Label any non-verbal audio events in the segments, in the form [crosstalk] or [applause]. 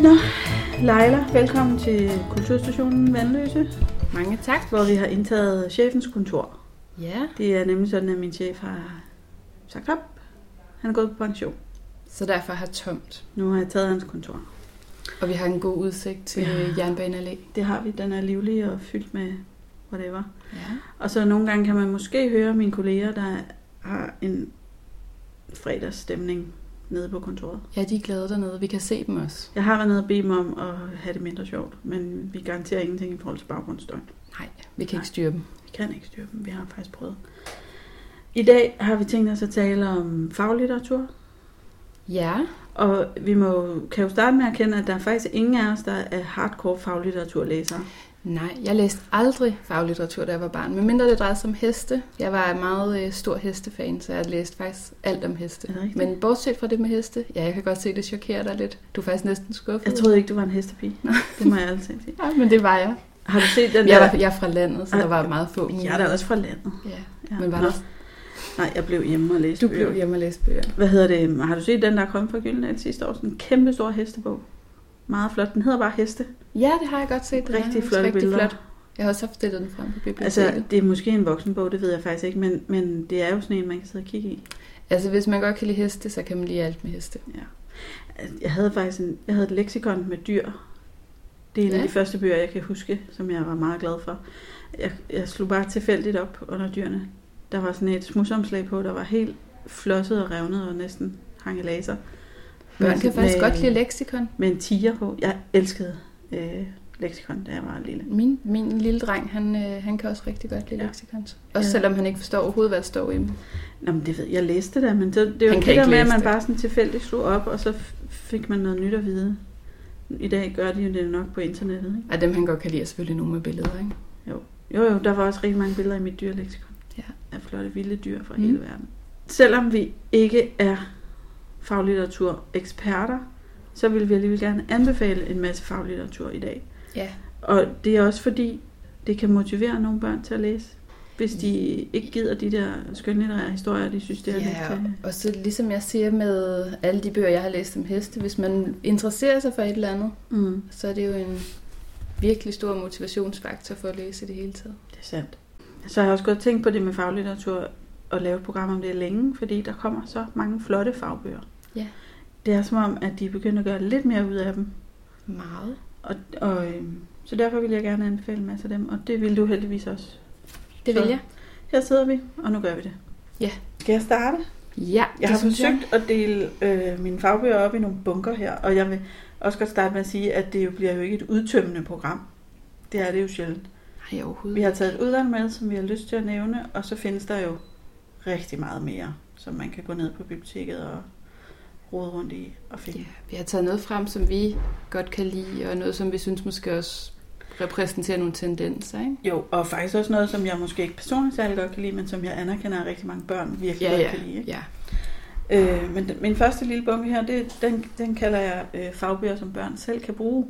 Nå, Leila, velkommen til Kulturstationen Vandløse, Mange tak. hvor vi har indtaget chefens kontor. Ja, Det er nemlig sådan, at min chef har sagt op. Han er gået på pension. så derfor har tomt. Nu har jeg taget hans kontor. Og vi har en god udsigt til Ja. ja. Jernbaneallé. Det har vi, den er livlig og fyldt med whatever. Ja. Og så nogle gange kan man måske høre mine kolleger, der har en fredagsstemning nede på kontoret. ja, de er glade dernede. Vi kan se dem også. Jeg har været nede og bede dem om at have det mindre sjovt, men vi garanterer ingenting i forhold til baggrundsstøj. Nej, vi kan Nej. ikke styre dem. Vi kan ikke styre dem, vi har faktisk prøvet. I dag har vi tænkt os at tale om faglitteratur, Ja, og vi må, kan jo starte med at erkende, at der er faktisk ingen af os, der er hardcore faglitteraturlæsere. nej, jeg læste aldrig faglitteratur, da jeg var barn. Men mindre det drejede sig om heste. Jeg var en meget øh, stor hestefan, så jeg læste faktisk alt om heste. Er det rigtigt? Men bortset fra det med heste, ja, jeg kan godt se, det chokerer dig lidt. Du er faktisk næsten skuffet. Jeg troede ikke, du var en hestepige. Det må jeg altid sige. Ja, men det var jeg. Har du set den Jeg der? er, jeg er fra landet, så der var meget få. Jeg er da også fra landet. Ja. Ja. Men var Nå. der? Nej, jeg blev hjemme og læste Du blev bøger. hjemme og læste bøger. Hvad hedder det? Øhm, Har du set den, der er kommet fra Gyldendal sidste år? Sådan en kæmpe stor hestebog. Meget flot. Den hedder bare Heste. Ja, det har jeg godt set. Den er Rigtig også flotte rigtig billeder. Flot. Jeg har også haft stillet den frem på biblioteket. Altså, Altså, det er måske en voksenbog, det ved jeg faktisk ikke, men, men det er jo sådan en, man kan sidde og kigge i. altså, hvis man godt kan lide heste, så kan man lide alt med heste. Jeg havde faktisk en, jeg havde et leksikon med dyr. Det er en ja. af Ja. de første bøger, jeg kan huske, som jeg var meget glad for. Jeg, jeg slog bare tilfældigt op under dyrene. Der var sådan et smudsomslag på, der var helt flosset og revnet og næsten hang i laser. Børn kan Med- faktisk godt lide med, leksikon. med en tiger på. Jeg elskede øh, leksikon, da jeg var lille. Min, min lille dreng, han, øh, han kan også rigtig godt lide Ja. ja. leksikon. Også Ja. ja. selvom han ikke forstår overhovedet, hvad der står i dem. Nå, men det ved jeg. Jeg læste det, men det, det er jo Han det kan der ikke med, at læse man det. bare sådan tilfældigt slog op, og så f- fik man noget nyt at vide. I dag gør de jo det nok på internettet, ikke? Og dem, han godt kan lide, er selvfølgelig nogle med billeder, ikke? Jo, jo, der var også rigtig mange billeder i mit dyrleksikon. Ja. Af flotte, vilde dyr fra mm. Mm. hele verden. Selvom vi ikke er faglitteratureksperter, så vil vi alligevel gerne anbefale en masse faglitteratur i dag. Ja. Og det er også fordi, det kan motivere nogle børn til at læse, hvis de ikke gider de der skønlitterære historier, de synes, det er Mm. Ja, lidt... øh, og så ligesom jeg siger med alle de bøger, jeg har læst om heste, hvis man interesserer sig for et eller andet, Mm. så er det jo en virkelig stor motivationsfaktor for at læse i det hele taget. Det er sandt. Så har jeg også godt tænkt på det med faglitteratur og lave et program om det længe, fordi der kommer så mange flotte fagbøger. Ja. Det er som om, at de er begyndt at gøre lidt mere ud af dem. Meget. Og, og, øhm, så derfor vil jeg gerne anbefale en masse af dem, og det vil du heldigvis også. Det Så- vil jeg. Her sidder vi, og nu gør vi det. Ja. Skal jeg starte? Ja, Jeg det har synes forsøgt at dele øh, mine fagbøger op i nogle bunker her, og jeg vil også godt starte med at sige, at det jo bliver jo ikke et udtømmende program. Det er det jo sjældent. Nej, overhovedet. Vi har taget et udvalg med, som vi har lyst til at nævne, og så findes der jo rigtig meget mere, som man kan gå ned på biblioteket og rode rundt i og finde. Ja, vi har taget noget frem, som vi godt kan lide, og noget, som vi synes måske også repræsenterer nogle tendenser, ikke? Jo, og faktisk også noget, som jeg måske ikke personligt særlig godt kan lide, men som jeg anerkender, at rigtig mange børn virkelig Ja, godt ja, kan lide. Ikke? ja. Øh, men den, min første lille bunke her, det, den, den kalder jeg øh, fagbøger, som børn selv kan bruge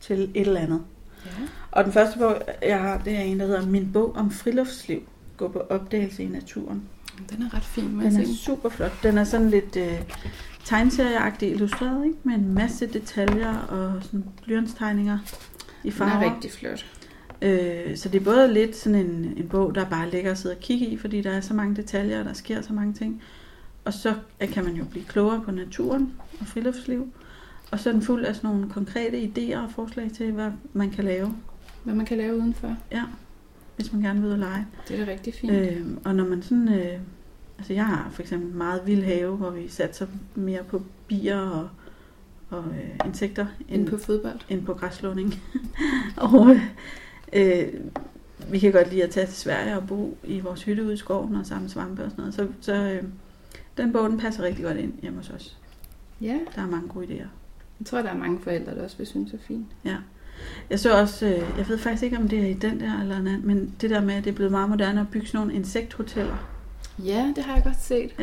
til et eller andet. ja. Og den første bog, jeg har, det er en, der hedder Min bog om friluftsliv. Gå på opdagelse i naturen. Den er ret fin, må jeg Den er sige. super flot. Den er sådan lidt øh, tegneserieagtig illustreret, ikke? Med en masse detaljer og sådan blyantstegninger i Den er farver. rigtig flot. Øh, så det er både lidt sådan en, en bog, der bare ligger og sidder og kigge i, fordi der er så mange detaljer, og der sker så mange ting. Og så øh, kan man jo blive klogere på naturen og friluftsliv. Og så er den fuld af sådan nogle konkrete idéer og forslag til, hvad man kan lave, Hvad man kan lave udenfor. hvis man gerne vil ud og lege. Det er da rigtig fint. Øh. Øh, og når man sådan... Øh, altså jeg har for eksempel meget vild have, hvor vi satser mere på bier og, og øh, insekter End på fodbold. end på græslåning. [laughs] og øh, øh, vi kan godt lide at tage til Sverige og bo i vores hytte ude i skoven og samle svampe og sådan noget. Så, så øh, den bog, den passer rigtig godt ind hjemme hos os. Ja, Der er mange gode idéer. jeg tror, der er mange forældre, der også vil synes, det er fint. Jeg så også, øh, jeg ved faktisk ikke, om det er i den der eller en anden, men det der med, at det er blevet meget moderne at bygge sådan nogle insekthoteller. Ja, det har jeg godt set.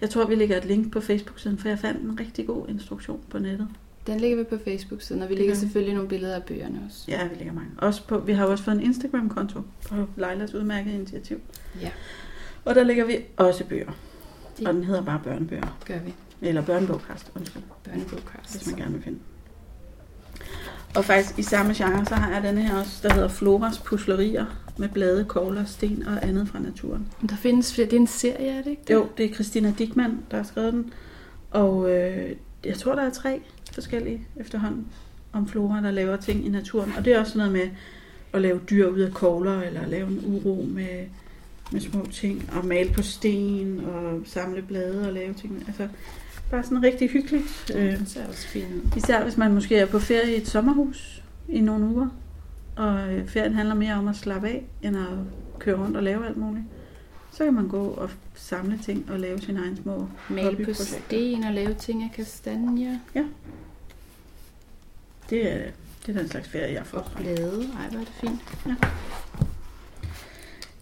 Jeg tror, vi lægger et link på Facebook-siden, for jeg fandt en rigtig god instruktion på nettet. Den ligger vi på Facebook-siden, og vi Det lægger gør vi. selvfølgelig nogle billeder af bøgerne også. Ja, vi lægger mange. Også på, vi har jo også fået en Instagram-konto på Leilas udmærkede initiativ. Ja. Og der lægger vi også bøger. Det- Og den hedder bare børnebøger. Gør vi. Eller børnebogkast, undskyld, Børnebogkast. hvis man gerne vil finde. den. Og faktisk i samme genre, så har jeg denne her også, der hedder Floras puslerier med blade, kogler, sten og andet fra naturen. Men der findes flere. Det er en serie, er det ikke? Det? Jo, det er Christina Dickmann, der har skrevet den. Og øh, jeg tror, der er tre forskellige efterhånden om flora, der laver ting i naturen. Og det er også noget med at lave dyr ud af kogler, eller lave en uro med, med små ting, og male på sten, og samle blade og lave ting. Altså, bare sådan rigtig hyggeligt. Øh, Den ser også fin ud. Især hvis man måske er på ferie i et sommerhus i nogle uger, og øh, ferien handler mere om at slappe af, end at køre rundt og lave alt muligt. Så kan man gå og samle ting og lave sine egne små Male på hobbyprojekter. sten og lave ting af kastanjer Det er, det er den slags ferie, jeg og får. blade. Ej, hvor er det fint. Ja.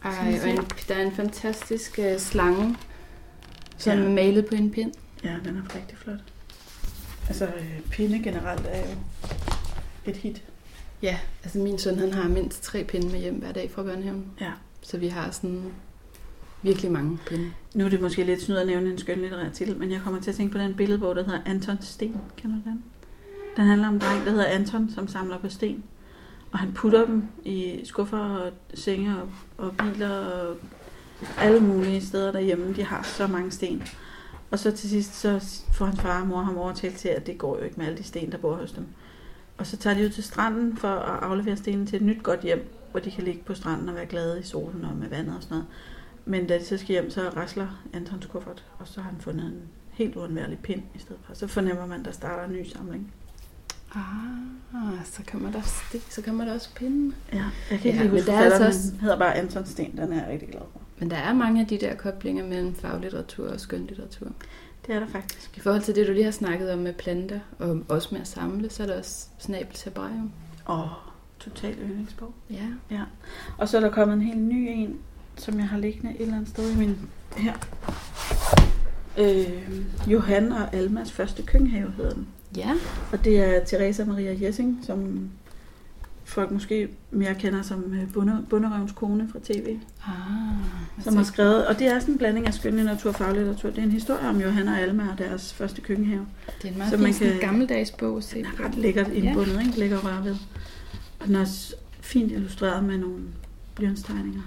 Ej, Sådan og en, der er en fantastisk øh, slange, som Ja. er malet på en pind. Ja, den er rigtig flot. Altså, øh, pinde generelt er jo et hit. Ja, altså min søn han har mindst tre pinde med hjem hver dag fra børnehaven. Ja. Så vi har sådan virkelig mange pinde. Nu er det måske lidt snyd at nævne en skønlitterær titel, men jeg kommer til at tænke på den billedbog, der hedder Anton Sten. Kender du den? Den handler om en dreng, der hedder Anton, som samler på sten. Og han putter dem i skuffer og senge og, og biler og alle mulige steder derhjemme. De har så mange sten. Og så til sidst så får hans far og mor ham overtalt til, at det går jo ikke med alle de sten, der bor hos dem. Og så tager de ud til stranden for at aflevere stenen til et nyt godt hjem, hvor de kan ligge på stranden og være glade i solen og med vandet og sådan noget. Men da de så skal hjem, så rasler Antons kuffert, og så har han fundet en helt uundværlig pind i stedet for. Så fornemmer man, der starter en ny samling. Ah, så kommer der, sten, så kommer der også pinde. Ja, jeg kan ikke Ja, ja, lige men huske, der er hvad altså der også- også... hedder bare Anton Sten, den er jeg rigtig glad for. Men der er mange af de der koblinger mellem faglitteratur og skønlitteratur. Det er der faktisk. I forhold til det, du lige har snakket om med planter, og også med at samle, så er der også snabels herbarium. Og total yndlingsbog. Ja. Og så er der kommet en helt ny en, som jeg har liggende et eller andet sted i min... Her. Øh, Johan og Almas første køkkenhave hedder den. Ja. Og det er Teresa Maria Jessing, som folk måske mere kender som øh, Bonde- Bonderøvens kone fra tv. Ah, som har skrevet, og det er sådan en blanding af skønlitteratur og faglitteratur. Det er en historie om Johan og Alma og deres første køkkenhave. det er en meget så fin man sådan kan- gammeldags bog at se Den på. er ret lækkert Ja. indbundet, ikke? Lækker at røre ved. Og den er også fint illustreret med nogle blyantstegninger.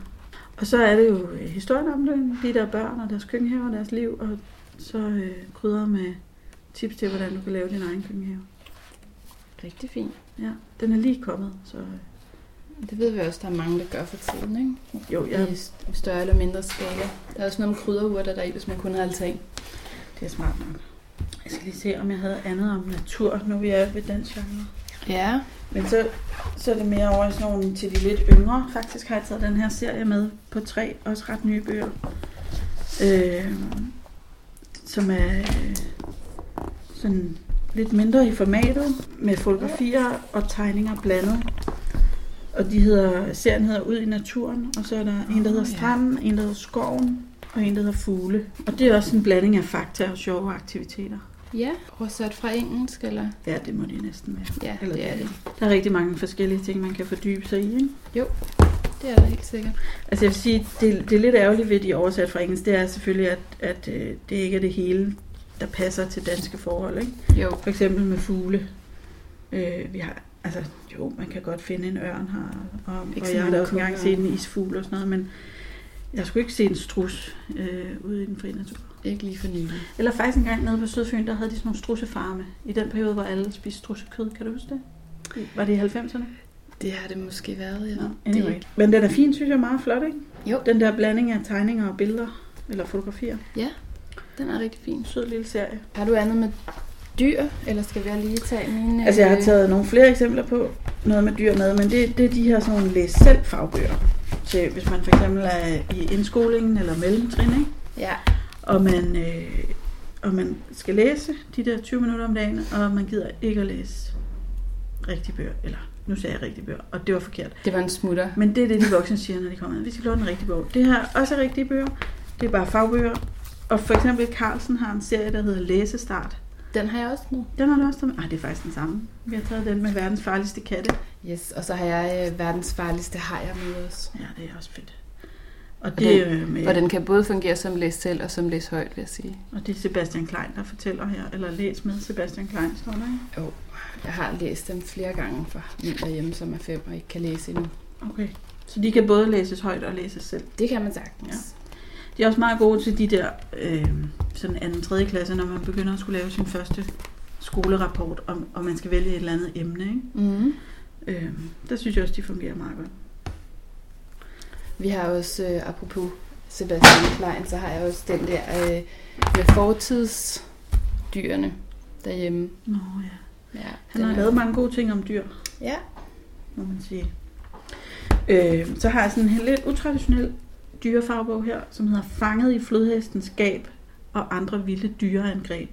Og så er det jo øh, historien om det, de der børn og deres køkkenhave og deres liv, og så øh, krydret med tips til, hvordan du kan lave din egen køkkenhave. Rigtig fin. Ja, den er lige kommet, så øh, Det ved vi også, der er mange, der gør for tiden, ikke? jo, Ja. jeg, I st- større eller mindre skala. Der er også noget om krydderurter deri, hvis man kun har altan. det er smart nok. Jeg skal lige se, om jeg havde andet om natur, nu vi er ved den genre. Ja. Men så, så er det mere over i sådan nogle til de lidt yngre. Faktisk har jeg taget den her serie med på tre, også ret nye bøger. Øh, som er øh, sådan lidt mindre i formatet, med fotografier og tegninger blandet. Og de hedder, serien hedder Ud i naturen, og så er der en, der hedder Åh, ja. Stranden, en, der hedder Skoven, og en, der hedder Fugle. Og det er også en blanding af fakta og sjove aktiviteter. Ja. Oversat fra engelsk, eller? Ja, det må de næsten være. Ja, Eller det er det. Der er rigtig mange forskellige ting, man kan fordybe sig i, ikke? Det er der helt sikkert. Altså jeg vil sige, det, det er lidt ærgerligt ved, at de er oversat fra engelsk, det er selvfølgelig, at, at øh, det ikke er det hele, der passer til danske forhold. Ikke? Jo. For eksempel med fugle. Øh, vi har, altså, jo, man kan godt finde en ørn her, og, Ikke og så jeg har da mange også engang set kongeørne. en isfugl og sådan noget, men jeg skulle ikke se en strus øh, ude i den frie natur. Ikke lige for nylig. Eller faktisk engang nede på Sydfyn, der havde de sådan nogle strussefarme, i den periode, hvor alle spiste strussekød. Kan du huske det? Mm. Var det i 90'erne? Det har det måske været, ja. Nå, det er anyway. ikke- Men den er fin, synes jeg, meget flot, ikke? Jo. Den der blanding af tegninger og billeder, eller fotografier. Den er rigtig fin. En sød lille serie. Har du andet med dyr, eller skal jeg lige tage mine... Altså, jeg har øh, taget nogle flere eksempler på noget med dyr med, men det, det er de her sådan nogle læs selv fagbøger. Så hvis man for eksempel er i indskolingen eller mellemtrin, ikke? Ja, og man, øh, og man skal læse de der 20 minutter om dagen, og man gider ikke at læse rigtige bøger, eller nu sagde jeg rigtige bøger, og det var forkert. det var en smutter. Men det er det, de voksne siger, når de kommer ind. Vi skal låne en rigtig bog. Det her er også rigtige bøger. Det er bare fagbøger. Og for eksempel Carlsen har en serie, der hedder Læsestart. Den har jeg også nu. Den har du også taget med. Ej, det er faktisk den samme. Vi har taget den med verdens farligste katte. Yes, og så har jeg øh, verdens farligste hajer med os. Ja, det er også fedt. Og den- det, øh, med, Og den kan både fungere som læs til og som læs højt, vil jeg sige. og det er Sebastian Klein, der fortæller her, eller læs med Sebastian Klein, står der, ikke? Jeg har læst dem flere gange for min derhjemme, som er fem og ikke kan læse endnu. Okay. Så de kan både læses højt og læses selv. Det kan man sagtens. Ja. De er også meget gode til de der øh, sådan anden tredje klasse, når man begynder at skulle lave sin første skolerapport, og, og man skal vælge et eller andet emne. Ikke? Mm. Øh, der synes jeg også, de fungerer meget godt. Vi har også, øh, apropos Sebastian Klein, så har jeg også den der øh, med fortidsdyrene derhjemme. Nå ja. Ja, Han har lavet mange gode ting om dyr, Ja. må man sige. Øh, så har jeg sådan en lidt utraditionel dyrefagbog her, som hedder Fanget i flodhestens gab og andre vilde dyreangreb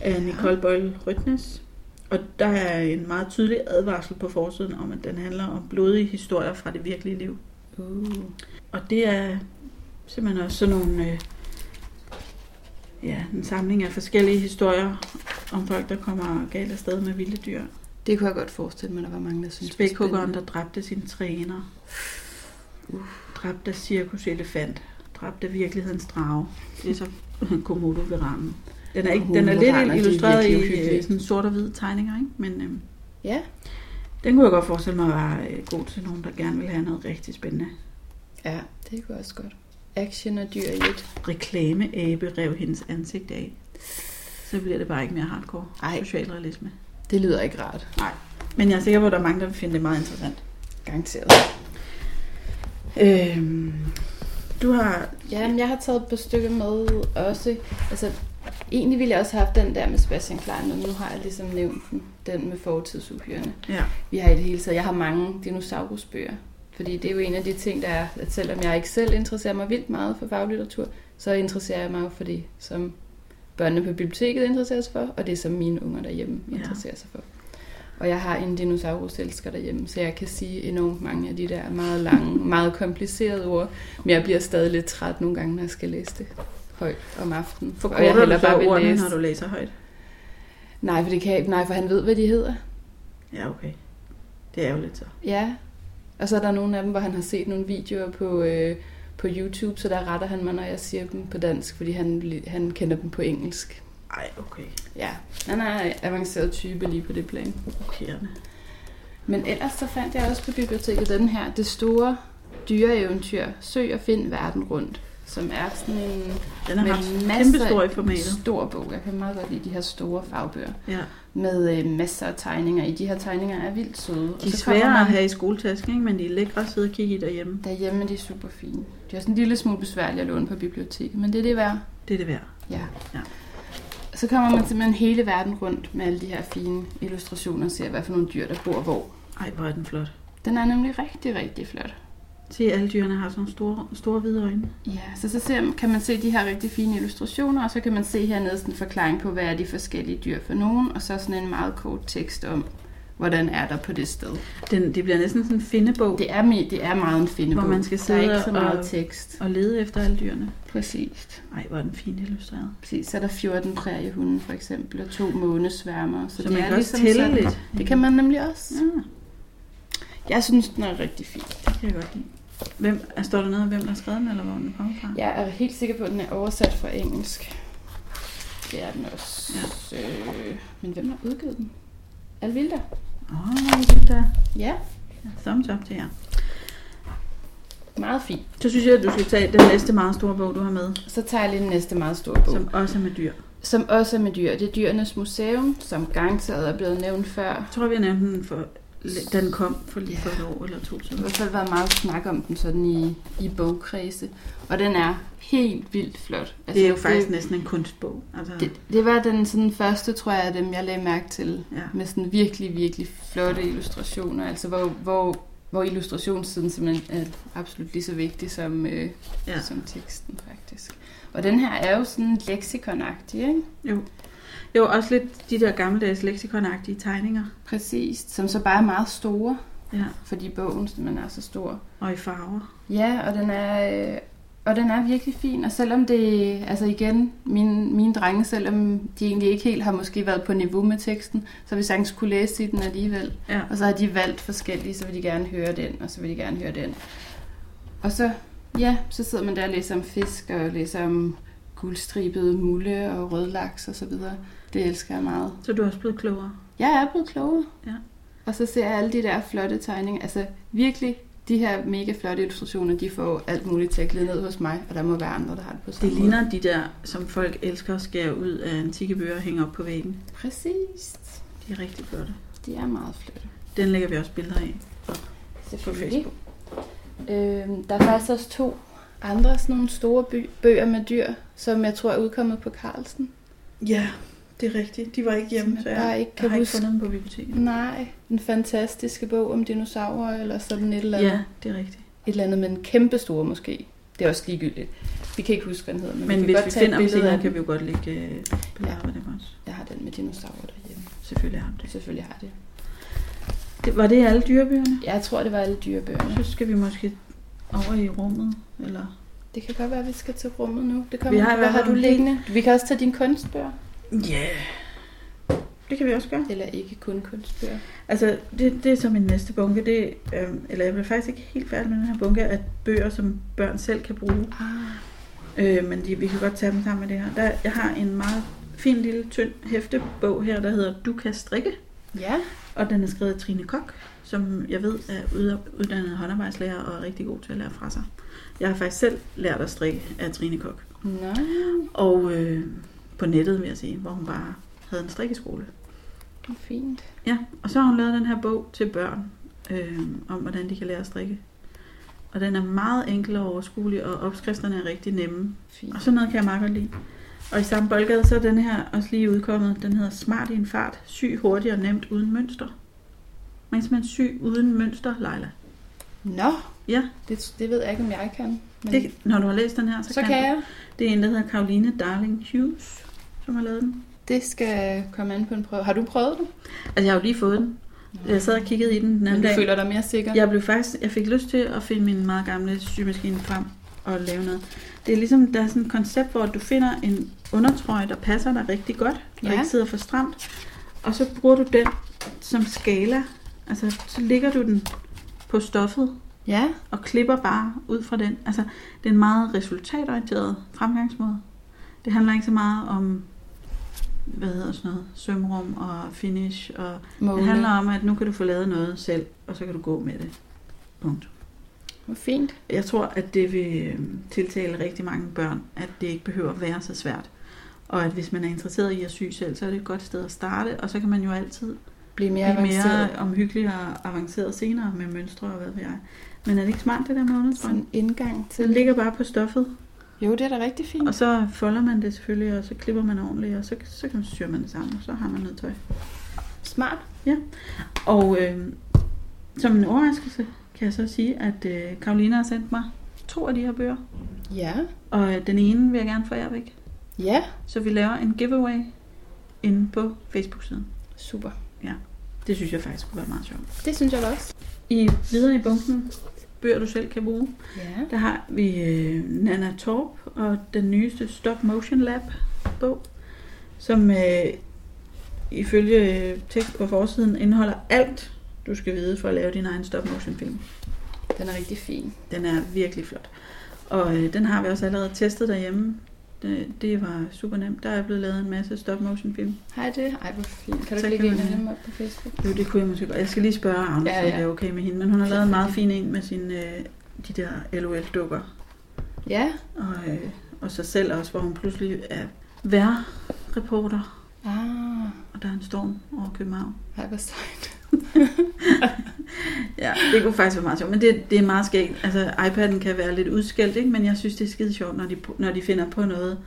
af Nicole Boyle Rytnes. Og der er en meget tydelig advarsel på forsiden om, at den handler om blodige historier fra det virkelige liv. Uh. Og det er simpelthen også sådan nogle, øh, ja, en samling af forskellige historier om folk, der kommer galt afsted med vilde dyr. Det kunne jeg godt forestille mig, der var mange, der synes var Spækhuggeren, der spændende. dræbte sin træner. Dræbt af cirkuselefant. Dræbt af virkelighedens drage. Det er så [laughs] Komodo ved rammen. Den er, ikke, den er Komodoraner, de altså er lidt illustreret i virkelig uhyggelige. øh, sådan sort og hvid tegninger, ikke? men øhm, Ja. den kunne jeg godt forestille mig var øh, god til nogen, der gerne vil have noget rigtig spændende. ja, det kunne jeg også godt. Action og dyr i et. Reklameabe rev hendes ansigt af. Så bliver det bare ikke mere hardcore Ej. socialrealisme. Det lyder ikke rart. Men jeg er sikker på, at der er mange, der vil finde det meget interessant. Garanteret. Øhm, du har... Jamen, jeg har taget et par stykker med også. Altså, egentlig ville jeg også have haft den der med Sebastian Klein, men nu har jeg ligesom nævnt den, den med fortidsuhyrene. Ja. Vi har i det hele taget, jeg har mange dinosaurusbøger, fordi det er jo en af de ting, der er, at selvom jeg ikke selv interesserer mig vildt meget for faglitteratur, så interesserer jeg mig jo for det, som børnene på biblioteket interesserer sig for, og det som mine unger derhjemme Ja. interesserer sig for. Og jeg har en dinosaurus-elsker derhjemme, så jeg kan sige enormt mange af de der meget lange, meget komplicerede ord, men jeg bliver stadig lidt træt nogle gange, når jeg skal læse det højt om aftenen. For og jeg kortere du så vil ordene, læse- når du læser højt? Nej, for det kan jeg, ikke. nej, for han ved, hvad de hedder. Ja, okay. Det er ærgerligt så. Ja, og så er der nogle af dem, hvor han har set nogle videoer på, øh, på YouTube, så der retter han mig, når jeg siger dem på dansk, fordi han, li- han kender dem på engelsk. Ej, okay. Ja, han er avanceret type lige på det plan. Blokerende. Men ellers så fandt jeg også på biblioteket den her, det store dyreeventyr, Søg og find verden rundt, som er sådan en Den er Men ret masser- kæmpe stor i formatet. stor bog. Jeg kan meget godt lide de her store fagbøger Ja. med øh, masser af tegninger i. De her tegninger er vildt søde. Og De er så kommer svære man- at have i skoletasken, ikke? men de er lækre at sidde og kigge i derhjemme. Derhjemme de er super fine. Det er også en lille smule besværligt at låne på biblioteket, men det er det værd. Det er det værd. Ja. Ja. Så kommer man simpelthen hele verden rundt med alle de her fine illustrationer og ser, hvad for nogle dyr, der bor hvor. Ej, hvor er den flot. Den er nemlig rigtig, rigtig flot. Se, alle dyrene har sådan nogle store, store hvide øjne. Ja, så, så ser, kan man se de her rigtig fine illustrationer, og så kan man se hernede sådan en forklaring på, hvad er de forskellige dyr for nogen, og så sådan en meget kort tekst om, hvordan er der på det sted. Den, det bliver næsten sådan en findebog det. Det er, me- det er meget en findebog. Hvor man skal der er sidde ikke så og- meget tekst. og lede efter alle dyrene. Præcist. Ej, hvor er den fint illustreret. Præcis, så er der 14 præriehunde for eksempel, og to månesværmer. Så, Så, så det man er kan ligesom også tælle sådan. lidt. Det kan man nemlig også. Ja, Jeg synes, den er rigtig fin. det kan jeg godt lide. Hvem, er, står der noget om, hvem der har skrevet den, eller hvor den kommer fra? Jeg er helt sikker på, at den er oversat fra engelsk. Det er den også. Ja. Øh, men hvem har udgivet den? Alvilda? Åh, oh, der Ja, thumbs up til jer. meget fin. Så synes jeg, at du skal tage den næste meget store bog, du har med, Så tager jeg lige den næste meget store bog. som også er med dyr. Som også er med dyr. Det er Dyrenes Museum, som garanteret er blevet nævnt før. Jeg tror, vi har nævnt den, for, da den kom for lige Ja. Altså, for et år eller to Der har i siden. hvert fald været meget snak om den sådan i, i bogkredse. Og den er helt vildt flot. Altså, Det er jo faktisk næsten en kunstbog. Altså, Det, det var den sådan første, tror jeg, af dem, jeg lagde mærke til. ja. Med sådan virkelig, virkelig flotte illustrationer. Altså, hvor, hvor, hvor illustrationssiden simpelthen er absolut lige så vigtig som, øh, Ja. ja. som teksten, faktisk. Og den her er jo sådan leksikonagtig, ikke? Jo, også lidt de der gammeldags leksikonagtige tegninger. Præcis. Som så bare er meget store, Ja. fordi bogen man er så stor. Og i farver. Ja, og den er... Øh, og den er virkelig fin, og selvom det, altså igen, mine, mine drenge, selvom de egentlig ikke helt har måske været på niveau med teksten, så har vi sagtens kunne læse i den alligevel. Ja. Og så har de valgt forskellige, så vil de gerne høre den, og så vil de gerne høre den. Og så Ja, så sidder man der og læser om fisk og læser om guldstribede mulde og rødlaks og så videre. Det elsker jeg meget. Så du er også blevet klogere. Jeg er blevet klogere. Ja. Og så ser jeg alle de der flotte tegninger. Altså virkelig, de her mega flotte illustrationer, de får alt muligt til at glide ned hos mig, og der må være andre, der har det på samme Det måde. ligner de der, som folk elsker at skære ud af antikke bøger og hænge op på væggen. Præcis. De er rigtig flotte. De er meget flotte. Den lægger vi også billeder af på Facebook. Øhm, der er faktisk også to andre sådan nogle store by- bøger med dyr, som jeg tror er udkommet på Carlsen. Ja, det er rigtigt. De var ikke hjemme, Som så jeg jeg, bare ikke jeg kan har ikke huske. Mm, fundet dem på biblioteket. Nej, den fantastiske bog om dinosaurer eller sådan et eller andet. Ja, det er rigtigt. Et eller andet med en kæmpe stor måske. Det er også ligegyldigt. Vi kan ikke huske, hvad den hedder, men, Men vi kan hvis godt vi tage et finder dem billede af senere, den. kan vi jo godt lægge øh, billeder af dem også. Jeg har den med dinosaurer derhjemme. Selvfølgelig har vi det. Selvfølgelig har jeg det. det. Var det alle dyrebøgerne? Jeg tror, det var alle dyrebøgerne. Så skal vi måske over i rummet, eller... Det kan godt være, at vi skal til rummet nu. Det Vi kommer. har i Hvad hvert har fald du en del. liggende? Vi kan også tage dine kunstbøger. Ja, yeah. det kan vi også gøre. Eller ikke kun kunstbøger. Altså, det, det er så min næste bunke, det, øhm, eller jeg vil faktisk ikke helt færdig med den her bunke, at bøger, som børn selv kan bruge, Ah. øh, men de, vi kan godt tage dem sammen med det her. Der, jeg har en meget fin lille, tynd hæftebog her, der hedder Du kan strikke, Ja. og den er skrevet af Trine Kok, som jeg ved er ude- uddannet håndarbejdslærer og er rigtig god til at lære fra sig. Jeg har faktisk selv lært at strikke af Trine Kok, Nå. og øh, på nettet vil jeg sige, hvor hun bare havde en strikkeskole. det er Fint. Ja, og så har hun lavet den her bog til børn, øh, om hvordan de kan lære at strikke. Og den er meget enkel og overskuelig, og opskrifterne er rigtig nemme. Fint. Og sådan noget kan jeg meget godt lide. Og i samme boldgade, så er den her også lige udkommet. Den hedder Smart i en fart, syg hurtigt og nemt uden mønster. Man kan simpelthen sy uden mønster, Leila. Nå. Ja. Det, det ved jeg ikke, om jeg kan. Men Det, når du har læst den her, så, så kan jeg. Det er en, der hedder Caroline Darling Hughes, som har lavet den. Det skal komme an på en prøve. Har du prøvet det? Altså, jeg har jo lige fået den. Jeg sad og kiggede i den den Men anden du dag. føler dig mere sikker? Jeg blev faktisk, jeg fik lyst til at finde min meget gamle symaskine frem og lave noget. Det er ligesom, der er sådan et koncept, hvor du finder en undertrøje, der passer dig rigtig godt, der Ja. ikke sidder for stramt, og så bruger du den som skala. Altså, så ligger du den på stoffet Ja. og klipper bare ud fra den. Altså, det er en meget resultatorienteret fremgangsmåde. Det handler ikke så meget om, hvad hedder sådan noget, sømrum og finish og Måle. det handler om, at nu kan du få lavet noget selv, og så kan du gå med det. Punkt. Hvor Fint. Jeg tror, at det vil øh, tiltale rigtig mange børn, at det ikke behøver at være så svært. Og at hvis man er interesseret i at sy selv, så er det et godt sted at starte, og så kan man jo altid Blive mere blive avanceret. mere omhyggelig og avanceret senere med mønstre og hvad ved jeg. Men er det ikke smart, det der med Sådan understrøm? en indgang til. Den ligger bare på stoffet, Jo, det er da rigtig fint. og så folder man det selvfølgelig, og så klipper man ordentligt, og så, så kan man syr man det sammen, og så har man noget tøj. Smart. Og øh, som en overraskelse kan jeg så sige, at øh, Karolina har sendt mig to af de her bøger. Ja. Og øh, den ene vil jeg gerne forære væk. Ja. Så vi laver en giveaway inde på Facebook-siden. Super. Det synes jeg faktisk kunne være meget sjovt. Det synes jeg da også. I videre i bunken, bøger du selv kan bruge, Ja. der har vi øh, Nana Torp og den nyeste Stop Motion Lab bog, som øh, ifølge øh, tekst på forsiden indeholder alt, du skal vide for at lave din egen stop motion film. Den er rigtig fin. Den er virkelig flot. Og øh, den har vi også allerede testet derhjemme. Det, det var super nemt. Der er blevet lavet en masse stop motion film. Hej det. Ej, hvor fint. Kan du Så ikke kan lægge en man- af dem op på Facebook? Jo, det kunne jeg måske godt. Jeg skal lige spørge Agnes, Ja, ja, ja. ja. om det er okay med hende. Men hun har lavet en meget fin en med sine, øh, de der LOL-dukker. Ja. Og, øh, og sig selv også, hvor hun pludselig er værreporter. Ah. Og der er en storm over København. Ej, hvor sejt. Ja, det kunne faktisk være meget sjovt. Men det, det er meget skægt. Altså, iPad'en kan være lidt udskældt, ikke? Men jeg synes, det er skide sjovt, når de, når de finder på noget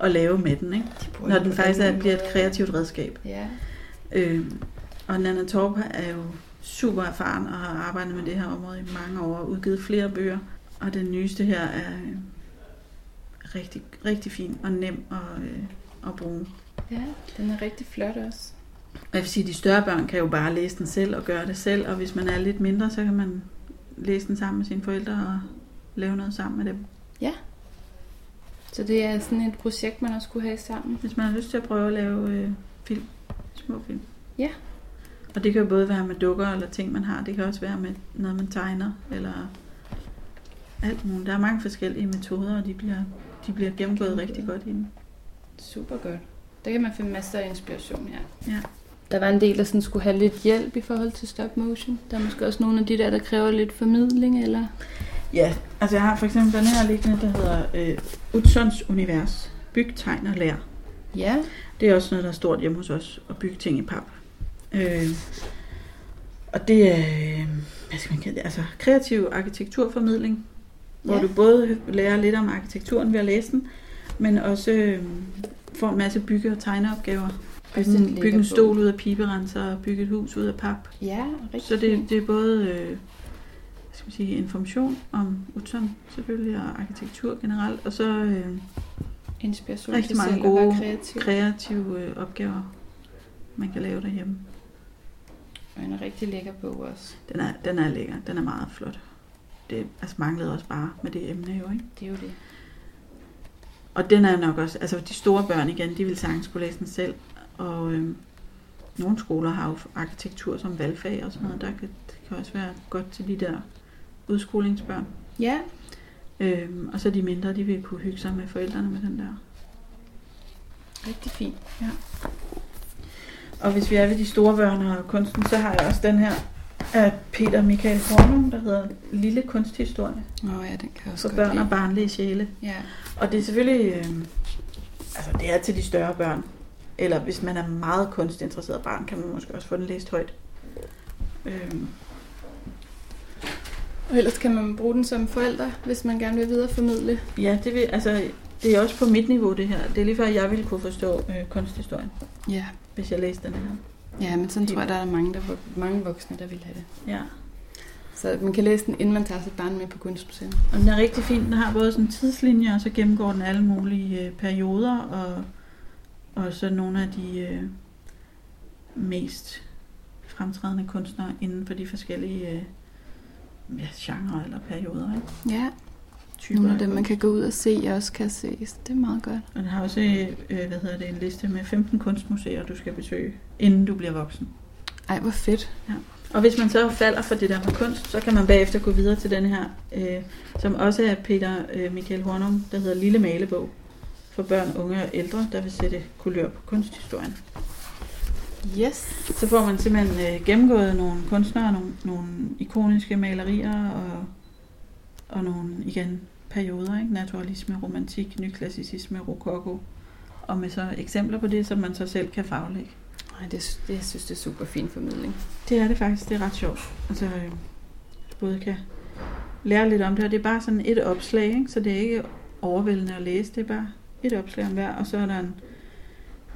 at lave med den, ikke? De bruger Når den den på faktisk alle er, bliver et måder. kreativt redskab. Ja. Øh, og Nana Torp er jo super erfaren og har arbejdet med det her område i mange år og udgivet flere bøger. Og den nyeste her er øh, rigtig, rigtig fin og nem at, øh, at bruge. Ja, den er rigtig flot også. Og jeg vil sige, at de større børn kan jo bare læse den selv og gøre det selv, og hvis man er lidt mindre, så kan man læse den sammen med sine forældre og lave noget sammen med dem. Så det er sådan et projekt, man også kunne have sammen. Hvis man har lyst til at prøve at lave øh, film, små film. Ja. Og det kan jo både være med dukker eller ting, man har. Det kan også være med noget, man tegner, eller alt muligt. Der er mange forskellige metoder, og de bliver, de bliver gennemgået rigtig godt inden. Super godt. Der kan man finde masser af inspiration her. Ja. Der var en del, der sådan skulle have lidt hjælp i forhold til stop motion. Der er måske også nogle af de der, der kræver lidt formidling, eller? Ja, altså jeg har for eksempel den her liggende, der hedder øh, Utsons Univers. Byg, tegn og lær. Ja. Det er også noget, der er stort hjemme hos os, at bygge ting i pap. Øh, og det er, øh, hvad skal man kalde det, altså kreativ arkitekturformidling, hvor Ja. du både lærer lidt om arkitekturen ved at læse den, men også øh, får en masse bygge- og tegneopgaver. Bygge, en- bygge en stol ud af piberenser, og bygge et hus ud af pap. Ja, rigtig Så det, det er både øh, hvad skal man sige, information om Utzon selvfølgelig, og arkitektur generelt, og så øh, inspiration Rigtig til mange selv at gode være kreativ. kreative øh, opgaver, man kan lave derhjemme. Og en rigtig lækker bog også. Den er, den er lækker. Den er meget flot. Det altså, manglede også bare med det emne jo, ikke? Det er jo det. Og den er nok også... Altså, de store børn igen, de vil sagtens skulle læse den selv. Og øhm, nogle skoler har jo arkitektur som valgfag og sådan noget. Der kan, det kan også være godt til de der udskolingsbørn. Ja, Øhm, og så de mindre, de vil kunne hygge sig med forældrene med den der. rigtig fint. Og hvis vi er ved de store børn og kunsten, så har jeg også den her af Peter Michael Hornung, der hedder Lille Kunsthistorie Åh oh, ja, den kan jeg også for godt børn lide. og barnlige sjæle. Ja, Og det er selvfølgelig, øh, altså det er til de større børn. Eller hvis man er meget kunstinteresseret barn, kan man måske også få den læst højt. Øh, og ellers kan man bruge den som forældre, hvis man gerne vil videreformidle. ja, det, vil, altså, det er også på mit niveau det her. Det er lige før, jeg ville kunne forstå øh, kunsthistorien, Ja, hvis jeg læste den her. ja men sådan tror jeg, der er mange, der, mange voksne, der vil have det. Ja. Så man kan læse den, inden man tager sit barn med på kunstmuseet. Og den er rigtig fin. Den har både sådan en tidslinje, og så gennemgår den alle mulige øh, perioder, og, og så nogle af de øh, mest fremtrædende kunstnere inden for de forskellige øh, ja, genre eller perioder. Ikke? Ja, typer. nogle af af dem, man kunst. kan gå ud og se, og også kan ses. Det er meget godt. Og den har også øh, hvad hedder det, en liste med 15 kunstmuseer, du skal besøge, inden du bliver voksen. Ej, hvor fedt. Og hvis man så falder for det der med kunst, så kan man bagefter gå videre til den her, øh, som også er Peter øh, Michael Hornum, der hedder Lille Malebog for børn, unge og ældre, der vil sætte kulør på kunsthistorien. Yes. Så får man simpelthen øh, gennemgået nogle kunstnere, nogle, nogle ikoniske malerier og, og nogle, igen, perioder, ikke? naturalisme, romantik, nyklassicisme, rokoko, og med så eksempler på det, som man så selv kan faglægge. Ej, det, sy- det jeg synes det er super fin formidling. Det er det faktisk, det er ret sjovt. Altså, øh, både kan lære lidt om det, og det er bare sådan et opslag, ikke? så det er ikke overvældende at læse, det er bare et opslag om hver, og så er der en,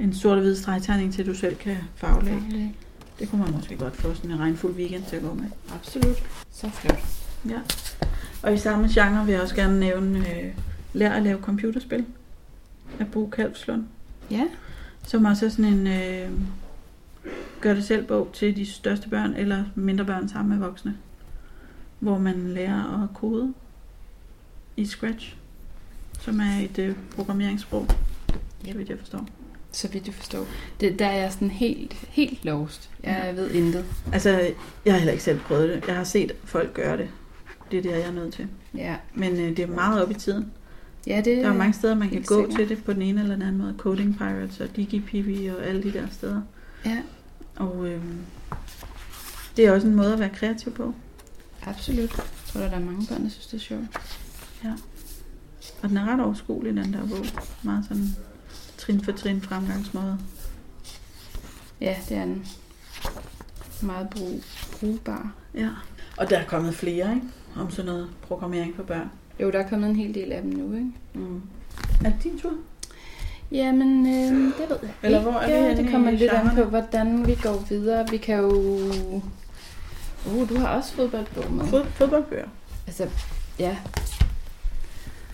en sort og hvid stregtegning til, at du selv kan faglægge. Det kunne man måske godt få sådan en regnfuld weekend til at gå med. Absolut. Så flot. Og i samme genre vil jeg også gerne nævne øh, Lær at lave computerspil af Bo Kalvslund, Ja. som også er sådan en øh, gør det selv bog til de største børn eller mindre børn sammen med voksne, hvor man lærer at kode i Scratch, som er et øh, programmeringssprog, så vidt jeg forstår. Så vidt jeg forstår. Det, der er jeg sådan helt, helt lost. Jeg ved intet. Altså, jeg har heller ikke selv prøvet det. Jeg har set folk gøre det. Det er det, jeg er nødt til. Ja, Men øh, det er meget op i tiden. ja det Der er mange steder, man kan Helt gå sikkert. til det på den ene eller den anden måde. Coding Pirates og DigiPibi og alle de der steder. Ja, Og øhm, det er også en måde at være kreativ på. absolut. Jeg tror, der er mange børn, der synes, det er sjovt. Og den er ret overskuelig, den der bog. Meget sådan trin for trin fremgangsmåde. Ja, det er en meget brug, brugbar. Ja. Og der er kommet flere, ikke? Om sådan noget programmering for børn. Jo, der er kommet en hel del af dem nu, ikke? Mm. Er det din tur? Jamen, øhm, øh, det ved jeg Eller ikke. hvor er vi henne Det kommer i lidt an på, genren? hvordan vi går videre. Vi kan jo... Uh, du har også fodboldbog med. Fod- fodboldbøger. Altså, ja.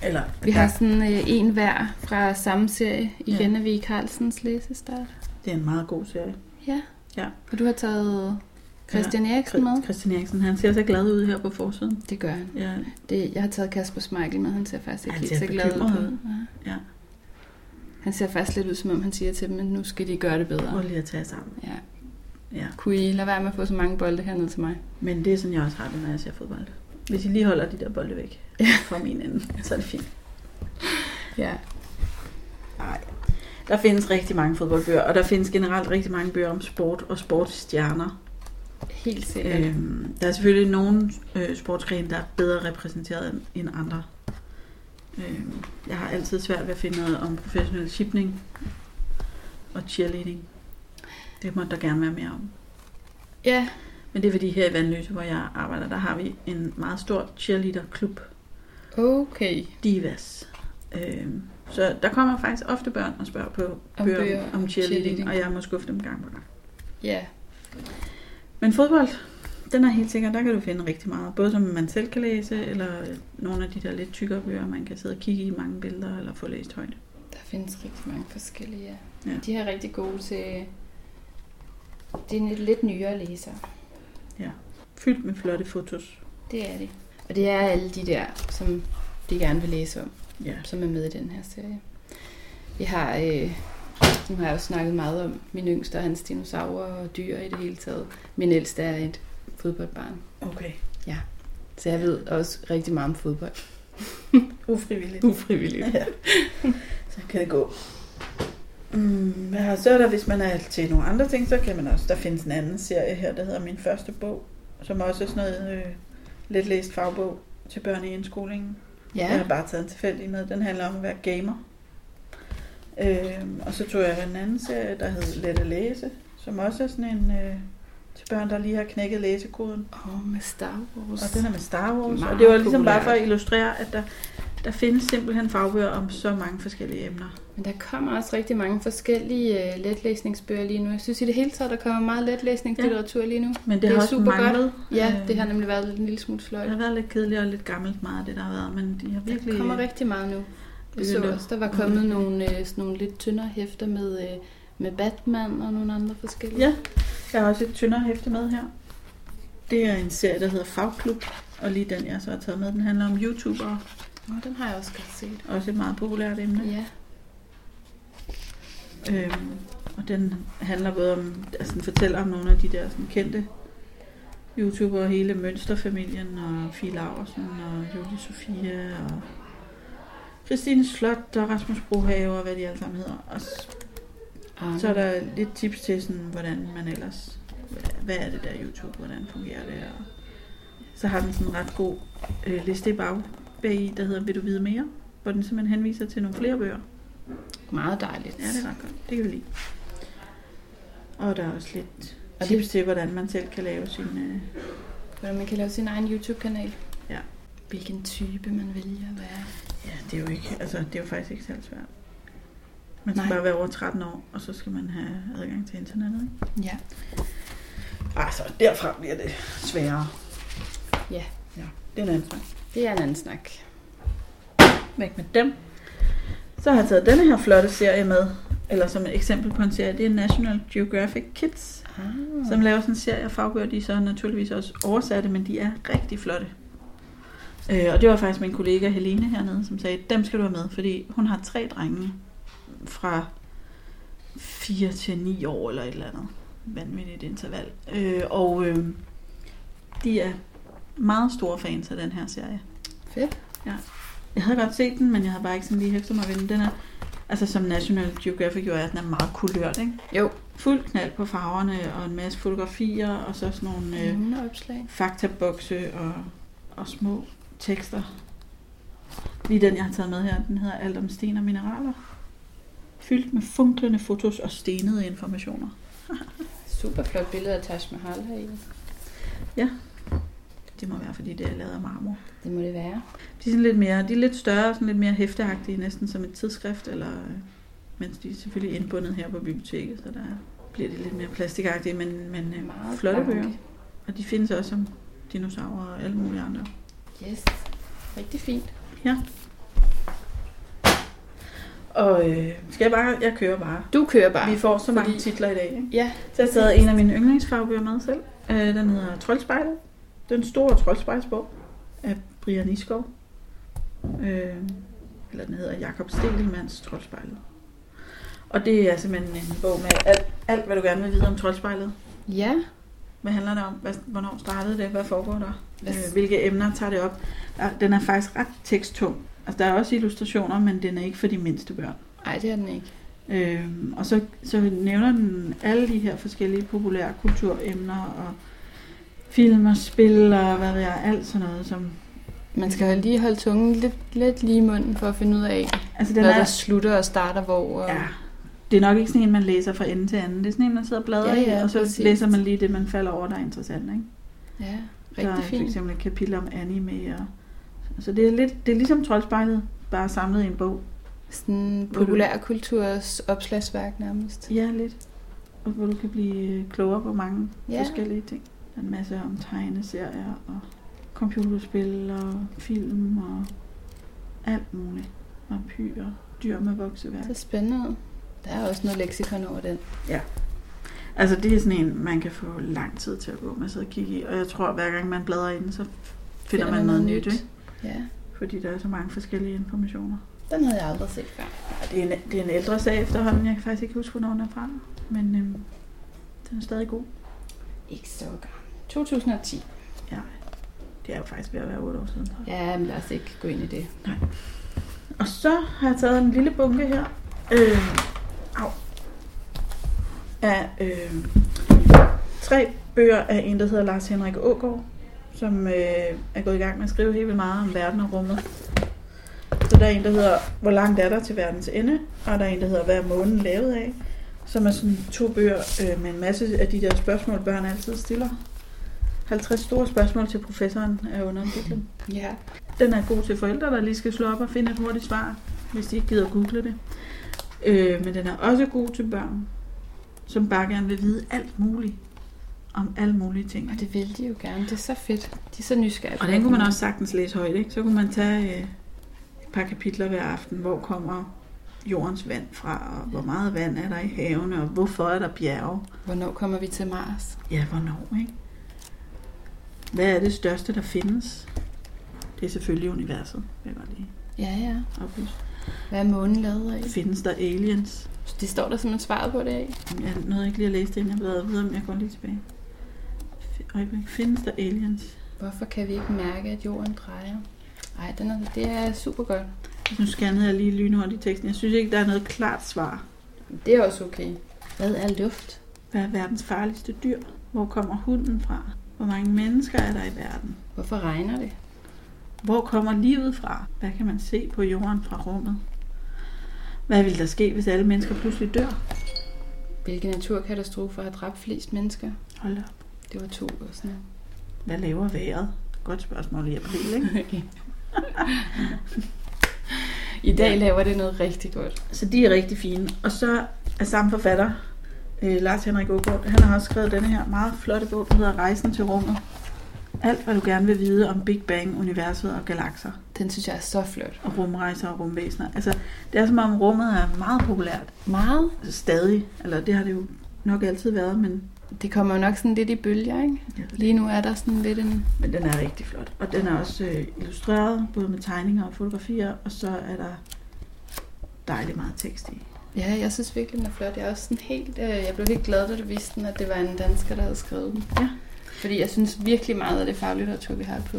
Eller Vi har sådan øh, en hver fra samme serie. Igen er vi i Carlsens læsestart. Det er en meget god serie. Ja. Ja. Og du har taget Christian Eriksen med? Chri- Christian Eriksen, han ser så glad ud her på forsiden. Det gør han. Ja, Det, jeg har taget Kasper Smeichel med. Han ser faktisk ikke Han helt ser så glad ud. bekymret på- Ja. Han ser faktisk lidt ud, som om han siger til dem, at nu skal de gøre det prøv bedre. lige at tage jer sammen. Ja. Ja. Kunne I lade være med at få så mange bolde hernede til mig? Men det er sådan, jeg også har det, når jeg ser fodbold. Hvis I lige holder de der bolde [laughs] væk fra min ende, så er det fint. Ja. Nej. Der findes rigtig mange fodboldbøger, og der findes generelt rigtig mange bøger om sport og sportsstjerner. Helt sikkert. Øh. Øhm, der er selvfølgelig nogle øh, sportsgrene, der er bedre repræsenteret end- end andre. Øhm, jeg har altid svært ved at finde noget om professionel shipping og cheerleading. Det må der gerne være mere om. Ja, Men det er fordi her i Vandløse, hvor jeg arbejder, der har vi en meget stor cheerleader-klub, okay. Divas. Øhm, så der kommer faktisk ofte børn og spørger på Om bøger bøger om, om om cheerleading, cheerleading. og jeg må skuffe dem gang på gang. Ja, Men fodbold, den er helt sikkert, der kan du finde rigtig meget. Både som man selv kan læse, eller øh, nogle af de der lidt tykkere bøger, man kan sidde og kigge i mange billeder, eller få læst højt. der findes rigtig mange forskellige. Ja. Ja. ja. De er rigtig gode til... Det er en lidt, lidt nyere læser. Fyldt med flotte fotos. Det er det. Og det er alle de der, som de gerne vil læse om, Ja. som er med i den her serie. Vi har... Øh, nu har jeg jo snakket meget om min yngste og hans dinosaurer og dyr i det hele taget. Min ældste er et fodboldbarn, Okay. så jeg ved også rigtig meget om fodbold. Ufrivilligt. Ufrivilligt. Ja. Så kan det gå. Mm, hvad har så er der, hvis man er til nogle andre ting, så kan man også, der findes en anden serie her, der hedder Min Første Bog, som også er sådan noget øh, let læst fagbog til børn i indskolingen. Ja. Jeg har bare taget en tilfældig med. Den handler om at være gamer. Øhm, og så tog jeg en anden serie, der hed Let at læse, som også er sådan en øh, til børn, der lige har knækket læsekoden. Og med Star Wars. Og den er med Star Wars. Meget og det var ligesom bare for populært. at illustrere, at der, der findes simpelthen fagbøger om så mange forskellige emner. Men der kommer også rigtig mange forskellige øh, letlæsningsbøger lige nu. Jeg synes i det hele taget, der kommer meget letlæsningslitteratur lige nu. Men det, Det det er har også super manglet. Ja, Øh, det har nemlig været en lille smule Det fløjt. har været lidt kedeligt og lidt gammelt meget af det, der har været, men de har Der virkelig... øh, Mm. kommer rigtig meget nu. Jeg så Begyndte at- også, der var kommet nogle, øh, sådan nogle lidt tyndere hæfter med, øh, med Batman og nogle andre forskellige. Ja, jeg har også et tyndere hæfte med her. Det er en serie, der hedder Fagklub, og lige den, jeg så har taget med, den handler om YouTubere. Nå, den har jeg også godt set. Også et meget populært emne. Ja, Øhm, og den handler både om, altså den fortæller om nogle af de der sådan, kendte YouTubere, hele Mønsterfamilien og Fie Laversen og Julie Sofia og Christine Slot og Rasmus Brohave og hvad de alle sammen hedder. Og s- og så er der lidt tips til, sådan, hvordan man ellers, hva- hvad er det der YouTube, hvordan fungerer det? Og så har den sådan en ret god øh, liste i bag, bagi, der hedder Vil du vide mere? Hvor den simpelthen henviser til nogle flere bøger. meget dejligt. Ja, det er ret godt. Det kan vi lide. Og der er også lidt Og tips til, hvordan man selv kan lave sin... Øh... Hvordan man kan lave sin egen YouTube-kanal. Ja. Hvilken type man vælger at være. Ja, det er jo ikke... Altså, det er jo faktisk ikke særlig svært. Man skal Nej. Nej. bare være over 13 år, og så skal man have adgang til internettet, ikke? Ja. Altså, derfra bliver det sværere. Ja. ja. Det er en anden snak. Det er en anden snak. Væk med dem. Så har jeg taget denne her flotte serie med, eller som et eksempel på en serie, det er National Geographic Kids, Ah. som laver sådan en serie af fagbøger, de er så naturligvis også oversatte, men de er rigtig flotte. Øh, og det var faktisk min kollega Helene hernede, som sagde, dem skal du have med, fordi hun har tre drenge fra 4 til 9 år eller et eller andet vanvittigt interval. Øh, og øh, de er meget store fans af den her serie. Fedt. Ja. Jeg havde godt set den, men jeg havde bare ikke sådan lige hæftet mig ved den. Den er, altså som National Geographic jo er, den er meget kulørt, ikke? Jo. Fuld knald på farverne, og en masse fotografier, og så sådan nogle øh, Nogle opslag. faktabokse og, og små tekster. Lige den, jeg har taget med her, den hedder Alt om sten og mineraler. Fyldt med funklende fotos og stenede informationer. Super flot billede af Taj Mahal her i. Det må være, fordi det er lavet af marmor. Det må det være. De er, sådan lidt mere, de er lidt større, sådan lidt mere hæfteagtige, næsten som et tidsskrift, eller, øh, mens de er selvfølgelig indbundet her på biblioteket, så der bliver det lidt mere plastikagtige, men, men øh, Meget flotte blank. bøger. Og de findes også som dinosaurer og alle mulige andre. Yes. Rigtig fint. Og øh, skal jeg bare, jeg kører bare. Du kører bare. Vi får så mange Fordi- titler i dag. Ikke? Ja. Så jeg har taget en af mine yndlingsfagbøger med selv. Øh, den hedder Troldspejlet. Den store Troldspejlsbog af Brian Iskov. Øh, eller den hedder Jakob Stelmans Troldspejlet. Og det er simpelthen en bog med alt, alt hvad du gerne vil vide om Troldspejlet. Ja. Hvad handler det om? Hvad, hvornår startede det? Hvad foregår der? Hvad- øh, hvilke emner tager det op. Der- Den er faktisk ret teksttung. Altså, der er også illustrationer, men den er ikke for de mindste børn. Nej, det er den ikke. Øhm, og så, så nævner den alle de her forskellige populære kulturemner og film og spil og hvad ved jeg, alt sådan noget. Som, Man skal jo lige holde tungen lidt, lidt lige i munden for at finde ud af, altså den hvad der er, slutter og starter hvor. Og... ja, det er nok ikke sådan en, man læser fra ende til anden. Det er sådan en, man sidder og bladrer Ja, ja, i, og så præcis. læser man lige det, man falder over, der er interessant. Ikke? ja der er rigtig for fint. eksempel et kapitel om anime. Og, så det er, lidt, det er ligesom troldspejlet, bare samlet i en bog. Sådan Hvor du- populærkulturs opslagsværk nærmest. Ja, lidt. Og hvor du kan blive øh, klogere på mange ja. Ja, forskellige ting. Der er en masse om tegneserier og computerspil og film og alt muligt. Vampyrer, dyr med vokseværk. det er spændende. Der er også noget leksikon over den. Altså det er sådan en, man kan få lang tid til at gå med at sidde og kigge i. Og jeg tror, hver gang man bladrer i den, så finder, man, noget nyt. Ikke? Ja, Fordi der er så mange forskellige informationer. den havde jeg aldrig set før. Og det, er en, det er en ældre sag efterhånden. Jeg kan faktisk ikke huske, hvornår den er fra. Men øhm, den er stadig god. Ikke så gammel. 2010. Det er jo faktisk ved at være 8 år siden. tror jeg. Ja, men lad os ikke gå ind i det. Og så har jeg taget en lille bunke her. Øh, au. Af øh, tre bøger af en, der hedder Lars Henrik Ågaard, som øh, er gået i gang med at skrive helt vildt meget om verden og rummet. Så der er en, der hedder Hvor langt er der til verdens ende? Og der er en, der hedder Hvad er månen lavet af? Som er sådan to bøger øh, med en masse af de der spørgsmål, børn altid stiller. 50 store spørgsmål til professoren er undertitlen. Ja. Den er god til forældre, der lige skal slå op og finde et hurtigt svar, hvis de ikke gider google det. Øh, men den er også god til børn, som bare gerne vil vide alt muligt om alle mulige ting. Og det vil de jo gerne. Det er så fedt. De er så nysgerrige. på Og den kunne man det. også sagtens læse højt, ikke? Så kunne man tage øh, et par kapitler hver aften, hvor kommer jordens vand fra, og hvor meget vand er der i havene, og hvorfor er der bjerge? Hvornår kommer vi til Mars? Ja, hvornår, ikke? Hvad er det største, der findes? Det er selvfølgelig universet, vil jeg godt lige Ja, ja. oplyse. Hvad er månen lavet af? Findes der aliens? Det står der simpelthen svaret på det af. Jeg nåede ikke lige at læse det, inden jeg bladrede videre, men jeg går lige tilbage. F- Øjeblik. Findes der aliens? Hvorfor kan vi ikke mærke, at jorden drejer? Ej, den er, det er super godt. Nu scannede jeg lige lynhurtigt teksten. Jeg synes ikke, der er noget klart svar. Det er også okay. Hvad er luft? Hvad er verdens farligste dyr? Hvor kommer hunden fra? Hvor mange mennesker er der i verden? Hvorfor regner det? Hvor kommer livet fra? Hvad kan man se på jorden fra rummet? Hvad ville der ske, hvis alle mennesker pludselig dør? Hvilke naturkatastrofer har dræbt flest mennesker? Hold da op. Det var to og sådan noget. Hvad laver vejret? Godt spørgsmål i april, ikke? [laughs] I dag laver det noget rigtig godt. Så de er rigtig fine. Og så er samme forfatter, øh, Lars Henrik Ågaard, han har også skrevet denne her meget flotte bog, der hedder Rejsen til rummet. Alt, hvad du gerne vil vide om Big Bang, universet og galakser, Den synes jeg er så flot. og rumrejser og rumvæsener. Altså, det er som om rummet er meget populært. Meget. Altså, stadig. Eller det har det jo nok altid været, men, Det kommer jo nok sådan lidt i bølger, ikke? Lige nu er der sådan lidt en... men den er rigtig flot. Og den er også øh, illustreret, både med tegninger og fotografier, og så er der dejligt meget tekst i. Ja, jeg synes virkelig, den er flot. Jeg, er også sådan helt, øh, jeg blev helt glad, da du viste den, at det var en dansker, der havde skrevet den. Ja. Fordi jeg synes virkelig meget af det faglitteratur, vi har på,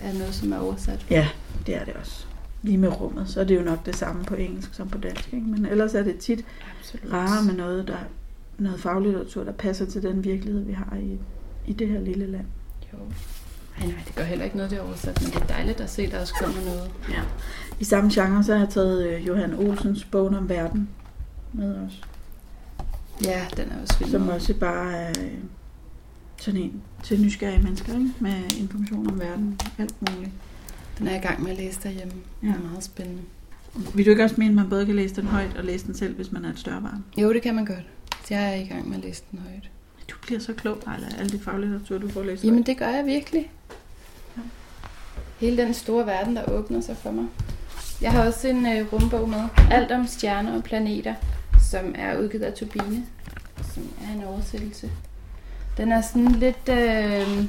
er noget, som er oversat. Ja, det er det også. Lige med rummet, så er det jo nok det samme på engelsk som på dansk. Ikke? Men ellers er det tit Absolut. rarere med noget, der, noget faglitteratur, der passer til den virkelighed, vi har i, i det her lille land. Jo. Ej, nej, det gør heller ikke noget, det er oversat, men det er dejligt at se, der også kommer noget. Ja. I samme genre, så har jeg taget øh, Johan Olsens Bogen om verden med os. Ja, den er også vild. Som også bare er øh, sådan en til nysgerrige mennesker, ikke? med information om verden, alt muligt. Den er jeg i gang med at læse derhjemme. Ja. Ja. Den er meget spændende. Vil du ikke også mene, at man både kan læse den højt og læse den selv, hvis man er et større barn? Jo, det kan man godt. Jeg er i gang med at læse den højt. Du bliver så klog, Ejla, af alle de faglitteratur, du får læst. Jamen, det gør jeg virkelig. Ja. Hele den store verden, der åbner sig for mig. Jeg har også en øh, rumbog med. Alt om stjerner og planeter, som er udgivet af Turbine, som er en oversættelse. Den er sådan lidt... Øh,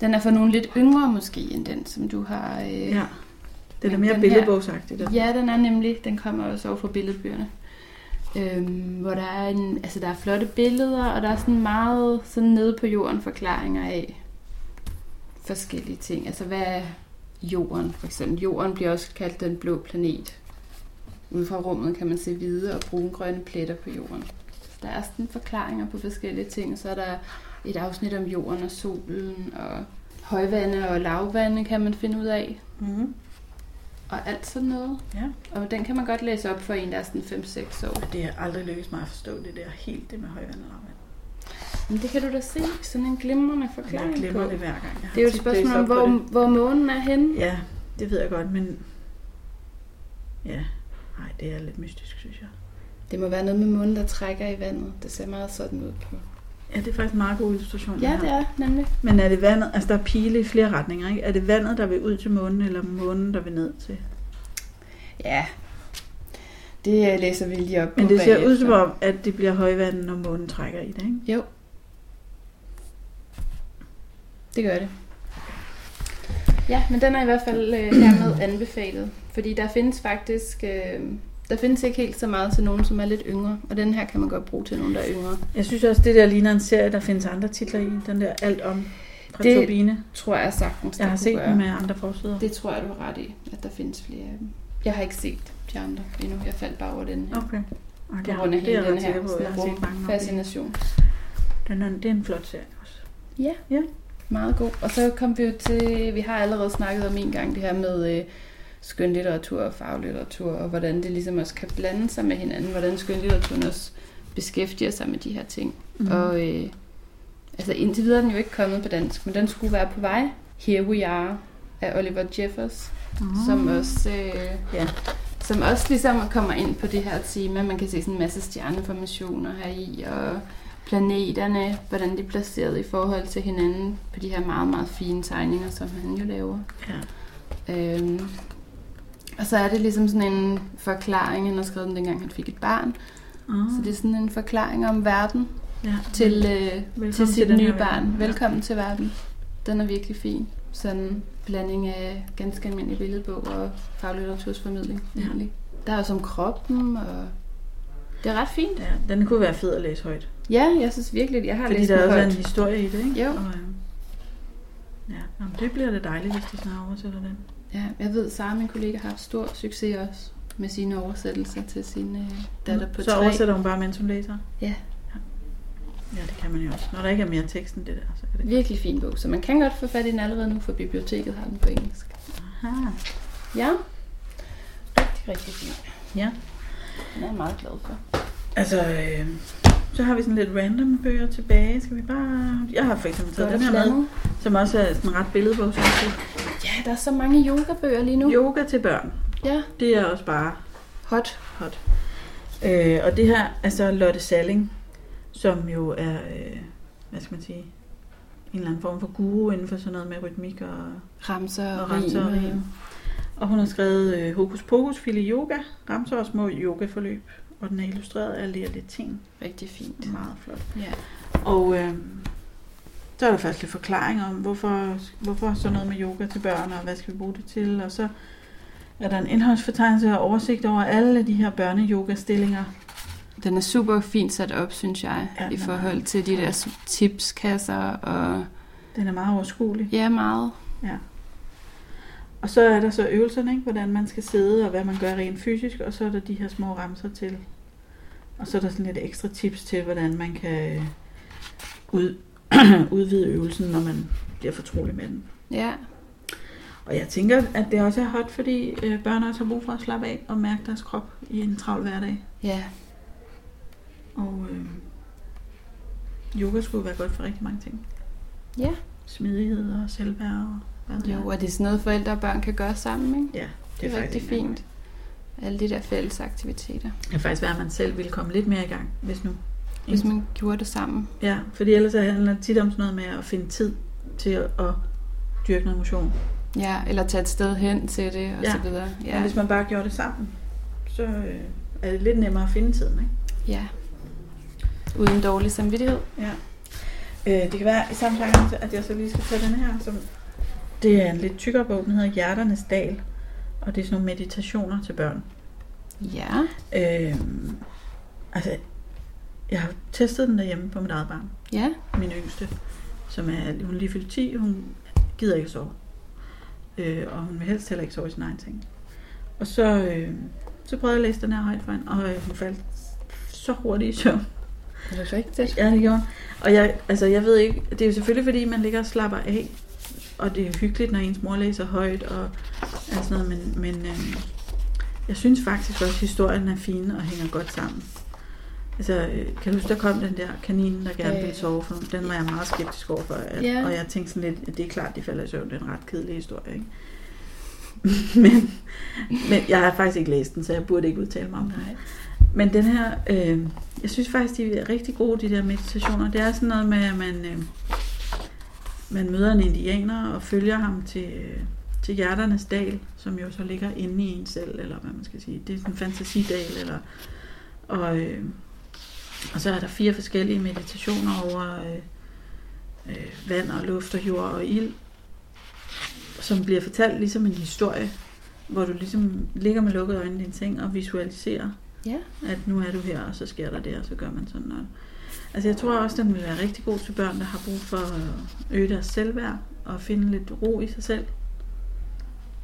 den er for nogle lidt yngre måske, end den, som du har... Øh, Ja. Det er Men mere den her- billedbogsagtigt. altså. Ja, den er nemlig. Den kommer også over fra billedbøgerne. Øhm, hvor der er, en, altså der er flotte billeder, og der er sådan meget sådan nede på jorden forklaringer af, forskellige ting. Altså, hvad er jorden, for eksempel? Jorden bliver også kaldt den blå planet. Ude fra rummet kan man se hvide og brungrønne pletter på jorden. Så der er sådan forklaringer på forskellige ting. Så er der et afsnit om jorden og solen, og højvande og lavvande kan man finde ud af, Mm-hmm. og alt sådan noget. Ja. Og den kan man godt læse op for en, der er sådan 5-6 år. Det har aldrig lykkes mig at forstå det der helt det med højvand og lavvand. Men det kan du da se, sådan en glimrende forklaring Jeg glemmer på. det hver gang. Jeg har Det er jo et tit spørgsmål læst om, op på hvor, det. hvor månen er henne. Ja, det ved jeg godt, men... Ja, nej, det er lidt mystisk, synes jeg. Det må være noget med månen, der trækker i vandet. Det ser meget sådan ud på. Ja, det er faktisk en meget god illustration. Ja, det er nemlig. Men er det vandet, altså der er pile i flere retninger, ikke? Er det vandet, der vil ud til månen, eller månen, der vil ned til? Ja. Det øh, læser vi lige op på Men det ser ud bagefter. som om, at det bliver højvand, når månen trækker i det, ikke? Jo. Det gør det. Ja, men den er i hvert fald øh, hermed anbefalet. Fordi der findes faktisk... Øh, der findes ikke helt så meget til nogen, som er lidt yngre. Og den her kan man godt bruge til nogen, der er yngre. Jeg synes også, det der ligner en serie, der findes andre titler i. Den der alt om fra Det- det, Turbine. Tror jeg sagtens, Jeg der har kunne set gøre. den med andre forsider. Det tror jeg, du har ret i, at der findes flere af dem. Jeg har ikke set de andre endnu. Jeg faldt bare over den her. Okay. Og På grund det er af hele jeg den ret sikker her på, jeg sådan har set mange om det. rumfascination. Den er, det er en flot serie også. Ja. Ja. Meget god. Og så kom vi jo til, vi har allerede snakket om en gang det her med øh, skønlitteratur og faglitteratur, og hvordan det ligesom også kan blande sig med hinanden, hvordan skønlitteraturen også beskæftiger sig med de her ting. Mm. Og øh, altså indtil videre er den jo ikke kommet på dansk, men den skulle være på vej. Here We Are af Oliver Jeffers, mm. som Ah. også... Øh, Ja. som også ligesom kommer ind på det her tema. Man kan se sådan en masse stjerneformationer her i, og planeterne, hvordan de er placeret i forhold til hinanden på de her meget, meget fine tegninger, som han jo laver. Ja. Øhm, og så er det ligesom sådan en forklaring, han har skrevet den dengang han fik et barn. Ah, Så det er sådan en forklaring om verden ja. til, øh, til Mm. Velkommen sit til til den her nye verden. barn. Ja. Velkommen til verden. Den er virkelig fin. Sådan en blanding af ganske almindelig billedbog og faglitteratursformidling. Ja. egentlig. Der er også om kroppen, og det er ret fint. Ja, den kunne være fed at læse højt. Ja, jeg synes virkelig, jeg har Fordi læst der den også er en højt. historie i det, ikke? Jo. Og, øhm, ja, Jamen, det bliver det dejligt, hvis de snart oversætter den. Ja, jeg ved, Sara, min kollega, har haft stor succes også med sine oversættelser til sin øh, datter på så tre. oversætter hun bare, mens hun læser? Ja. ja. Ja, det kan man jo også. Når der ikke er mere tekst end det der, så kan det. Virkelig fin bog, så man kan godt få fat i den allerede nu, for biblioteket har den på engelsk. Aha. Ja, rigtig, rigtig fin. Ja. Den er jeg meget glad for. Altså, øh, så har vi sådan lidt random bøger tilbage. Skal vi bare... Jeg har for eksempel taget den her med, som også er sådan ret billedbog. Ja, der er så mange yogabøger lige nu. Yoga til børn. Ja. Det er også bare Hot. hot. Øh, og det her er så Lotte Salling, som jo er, øh, hvad skal man sige, en eller anden form for guru inden for sådan noget med rytmik og, Ramser og og ramser. Og, rim. øh, og hun har skrevet øh, Hokus Pokus Fili Yoga, ramser og små yogaforløb. Og den er illustreret af Lea Lettin. Rigtig fint. Det er meget flot. Ja. Og øh, så er der faktisk lidt forklaring om, hvorfor, hvorfor sådan noget med yoga til børn, og hvad skal vi bruge det til. Og så er der en indholdsfortegnelse og oversigt over alle de her børne-yoga-stillinger. Den er super fint sat op, synes jeg, Ja, i den er forhold til de der tipskasser og... Den er meget overskuelig. Ja, meget. Og så er der så øvelserne, ikke? hvordan man skal sidde, og hvad man gør rent fysisk, og så er der de her små ramser til. Og så er der sådan lidt ekstra tips til, hvordan man kan øh, ud, [clears throat] udvide øvelsen, når man bliver fortrolig med den. Ja, Og jeg tænker, at det også er hot, fordi øh, børn også har brug for at slappe af og mærke deres krop i en travl hverdag. ja. Og øh, yoga skulle være godt for rigtig mange ting. Ja. Smidighed og selvværd og hvad ved jeg. Jo, og det er sådan noget, forældre og børn kan gøre sammen, ikke? Ja, Det er, det er rigtig faktisk en- fint. Alle de der fælles aktiviteter. Det kan faktisk være, at man selv ville komme lidt mere i gang, hvis nu. Hvis man gjorde det sammen. Ja, fordi ellers så handler det tit om sådan noget med at finde tid til at dyrke noget motion. Ja, eller tage et sted hen til det, og Ja. så videre. Ja. Men Ja. hvis man bare gjorde det sammen, så øh, er det lidt nemmere at finde tiden, ikke? ja. Uden dårlig samvittighed. Ja. Øh, det kan være i samme sammenhæng, at jeg så lige skal tage den her. Som det er en lidt tykkere bog, den hedder Hjerternes Dal, og det er sådan nogle meditationer til børn. Ja. Øh, altså, jeg har testet den derhjemme på mit eget barn. Ja. min yngste, som er, hun er lige fyldt 10, hun gider gider ikke sove. Øh, og hun vil helst heller ikke sove i sin egen ting. Og så, øh, så prøvede jeg at læse den her højt for hende, og øh, hun faldt så hurtigt i søvn. Er det rigtigt? Ja, det gjorde hun. Og jeg, altså, jeg ved ikke, det er jo selvfølgelig, fordi man ligger og slapper af, og det er hyggeligt, når ens mor læser højt og alt sådan noget, men, men øhm, jeg synes faktisk også, at historien er fin og hænger godt sammen. Altså, øh, kan du huske, der kom den der kanin, der gerne Ja, ville ja. sove, for den var jeg meget skeptisk overfor, at, Ja. og jeg tænkte sådan lidt, at det er klart, de falder i søvn, det er en ret kedelig historie, ikke? [laughs] men, men jeg har faktisk ikke læst den, så jeg burde ikke udtale mig om den. Nej. Men den her, øh, jeg synes faktisk, de er rigtig gode, de der meditationer. Det er sådan noget med, at man, øh, man møder en indianer og følger ham til, øh, til Hjerternes Dal, som jo så ligger inde i en selv, eller hvad man skal sige. Det er sådan en fantasidal, eller... Og, øh, og så er der fire forskellige meditationer over øh, øh, vand og luft og jord og ild, som bliver fortalt ligesom en historie, hvor du ligesom ligger med lukkede øjne i din ting og visualiserer Ja. at nu er du her, og så sker der det, og så gør man sådan noget. Altså jeg tror også, den vil være rigtig god til børn, der har brug for at øge deres selvværd og finde lidt ro i sig selv.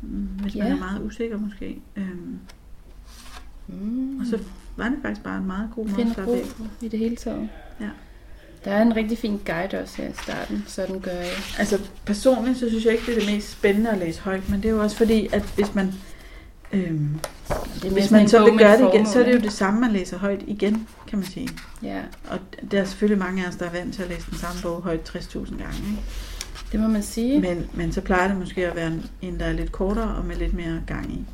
Mm, Hvis man Ja. er meget usikker måske. Øhm, Mm. og så var det faktisk bare en meget god måde at Finde slappe ro af. i det hele taget. Ja. Der er en rigtig fin guide også her i starten, sådan gør jeg. Altså personligt, så synes jeg ikke, det er det mest spændende at læse højt, men det er jo også fordi, at hvis man, øhm, Det er mere hvis sådan man en så bog vil med gøre et det igen, så er det jo formål, det samme, man læser højt igen, kan man sige. ikke? Ja, Og der er selvfølgelig mange af os, der er vant til at læse den samme bog højt 60.000 gange. Ikke? det må man sige. Men, men så plejer det måske at være en- en, der er lidt kortere og med lidt mere gang i.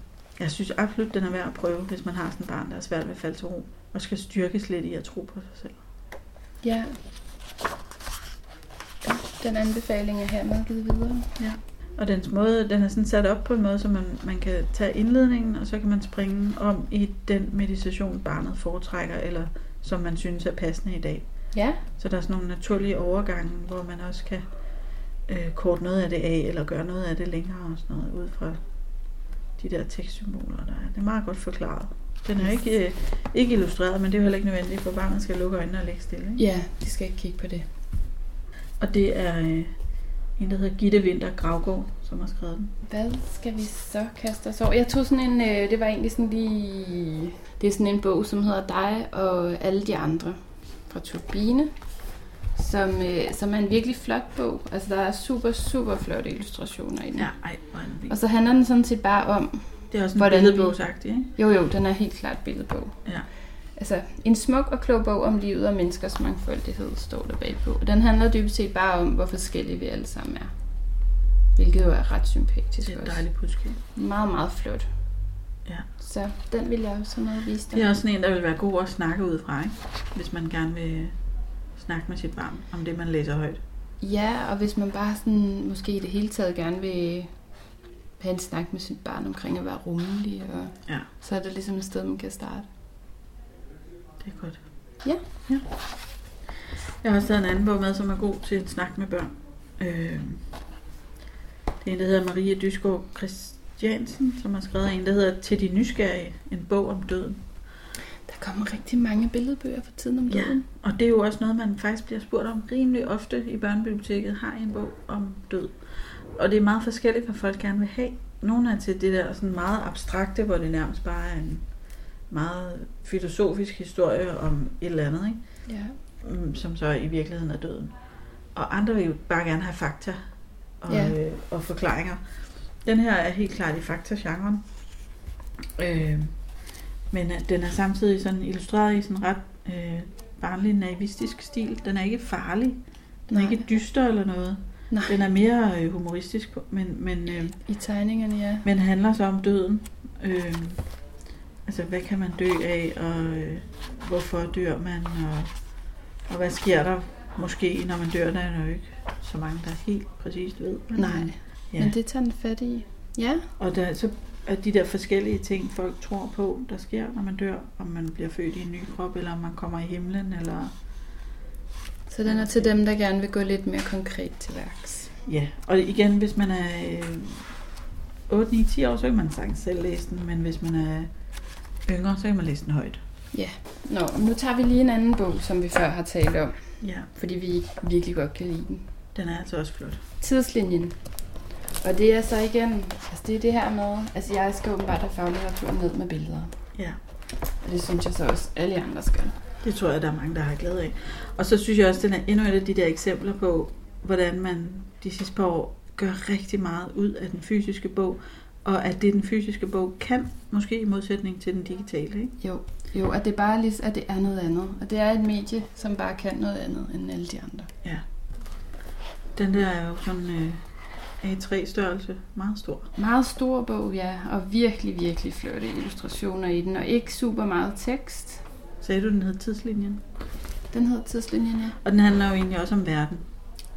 Jeg synes absolut, den er værd at prøve, hvis man har sådan et barn, der er svært ved at falde til ro, og skal styrkes lidt i at tro på sig selv. Ja. Den anbefaling er hermed givet videre. Og dens måde, den er sådan sat op på en måde, så man, man kan tage indledningen, og så kan man springe om i den meditation, barnet foretrækker, eller som man synes er passende i dag. Ja, Så der er sådan nogle naturlige overgange, hvor man også kan øh, korte noget af det af, eller gøre noget af det længere og sådan noget, ud fra de der tekstsymboler, der er. Det er meget godt forklaret. Den er ikke, øh, ikke illustreret, men det er jo heller ikke nødvendigt, for barnet skal lukke øjnene og ligge stille. Ikke? ja, de skal ikke kigge på det. Og det er øh, en, der hedder Gitte Vinter Gravgaard, som har skrevet den. Hvad skal vi så kaste os over? Jeg tog sådan en, øh, det var egentlig sådan lige, det er sådan en bog, som hedder Dig og alle de andre fra Turbine, som, øh, som er en virkelig flot bog. Altså der er super, super flotte illustrationer i den. ej, hvor er den vild. Og så handler den sådan set bare om, Det er også en Hvordan vi- billedbogsagtig, ikke? Jo, jo, den er helt klart billedbog. Ja. Altså, en smuk og klog bog om livet og menneskers mangfoldighed står der bagpå. Og den handler dybest set bare om, hvor forskellige vi alle sammen er. Hvilket jo er ret sympatisk Det er et også. dejligt budskab. Meget, meget flot. Ja. Så den vil jeg jo sådan noget vise dig. Det er også sådan en, der vil være god at snakke ud fra, ikke? Hvis man gerne vil snakke med sit barn om det, man læser højt. ja, og hvis man bare sådan, måske i det hele taget gerne vil have en snak med sit barn omkring at være rummelig, og Ja. så er det ligesom et sted, man kan starte. Det er godt. Ja. ja. Jeg har også taget en anden bog med, som er god til en snak med børn. Øh, det er en, der hedder Maria Dysgaard Christiansen, som har skrevet en, der hedder Til de nysgerrige, en bog om døden. Der kommer rigtig mange billedbøger for tiden om Ja. døden. Og det er jo også noget, man faktisk bliver spurgt om rimelig ofte i børnebiblioteket. Har I en bog om død? Og det er meget forskelligt, hvad folk gerne vil have. Nogle er til det der sådan meget abstrakte, hvor det nærmest bare er en meget filosofisk historie om et eller andet. Ikke? Ja. mm, som så i virkeligheden er døden. Og andre vil jo bare gerne have fakta og, Ja. øh, og forklaringer. Den her er helt klart i fakta-genren. Øh, men øh, den er samtidig sådan illustreret i sådan en ret øh, barnlig, naivistisk stil. Den er ikke farlig. Den er Nej. ikke dyster eller noget. Nej. Den er mere øh, humoristisk, på- men, men, øh, I tegningerne, ja. men handler så om døden. Øh, altså, hvad kan man dø af, og øh, hvorfor dør man, og, og hvad sker der måske, når man dør, der er jo ikke så mange, der helt præcist ved. men- Nej, ja. Ja. men det tager den fat i. Ja, Og der, så er de der forskellige ting, folk tror på, der sker, når man dør, om man bliver født i en ny krop, eller om man kommer i himlen, eller... så den er til dem, der gerne vil gå lidt mere konkret til værks. Ja, og igen, hvis man er øh, 8, 9, 10 år, så kan man sagtens selv læse den, men hvis man er yngre, så kan man læse den højt. Nå, nu tager vi lige en anden bog, som vi før har talt om, Ja, fordi vi virkelig godt kan lide den. den er altså også flot. Tidslinjen Og det er så igen, altså det er det her med, altså jeg skal åbenbart have faglitteraturen ned med billeder. Ja. Og det synes jeg så også, alle jer andre skal. Det tror jeg, der er mange, der har glæde af. Og så synes jeg også, at den er endnu et af de der eksempler på, hvordan man de sidste par år gør rigtig meget ud af den fysiske bog, og at det, den fysiske bog kan, måske i modsætning til den digitale. Ikke? Jo, jo, at det er bare lige, at det er noget andet. Og det er et medie, som bare kan noget andet end alle de andre. Den der er jo sådan øh, A3-størrelse, meget stor. Meget stor bog, ja, og virkelig, virkelig flotte illustrationer i den, og ikke super meget tekst. Sagde du, den hed Tidslinjen? Den hedder Tidslinjen, ja. Og den handler jo egentlig også om verden.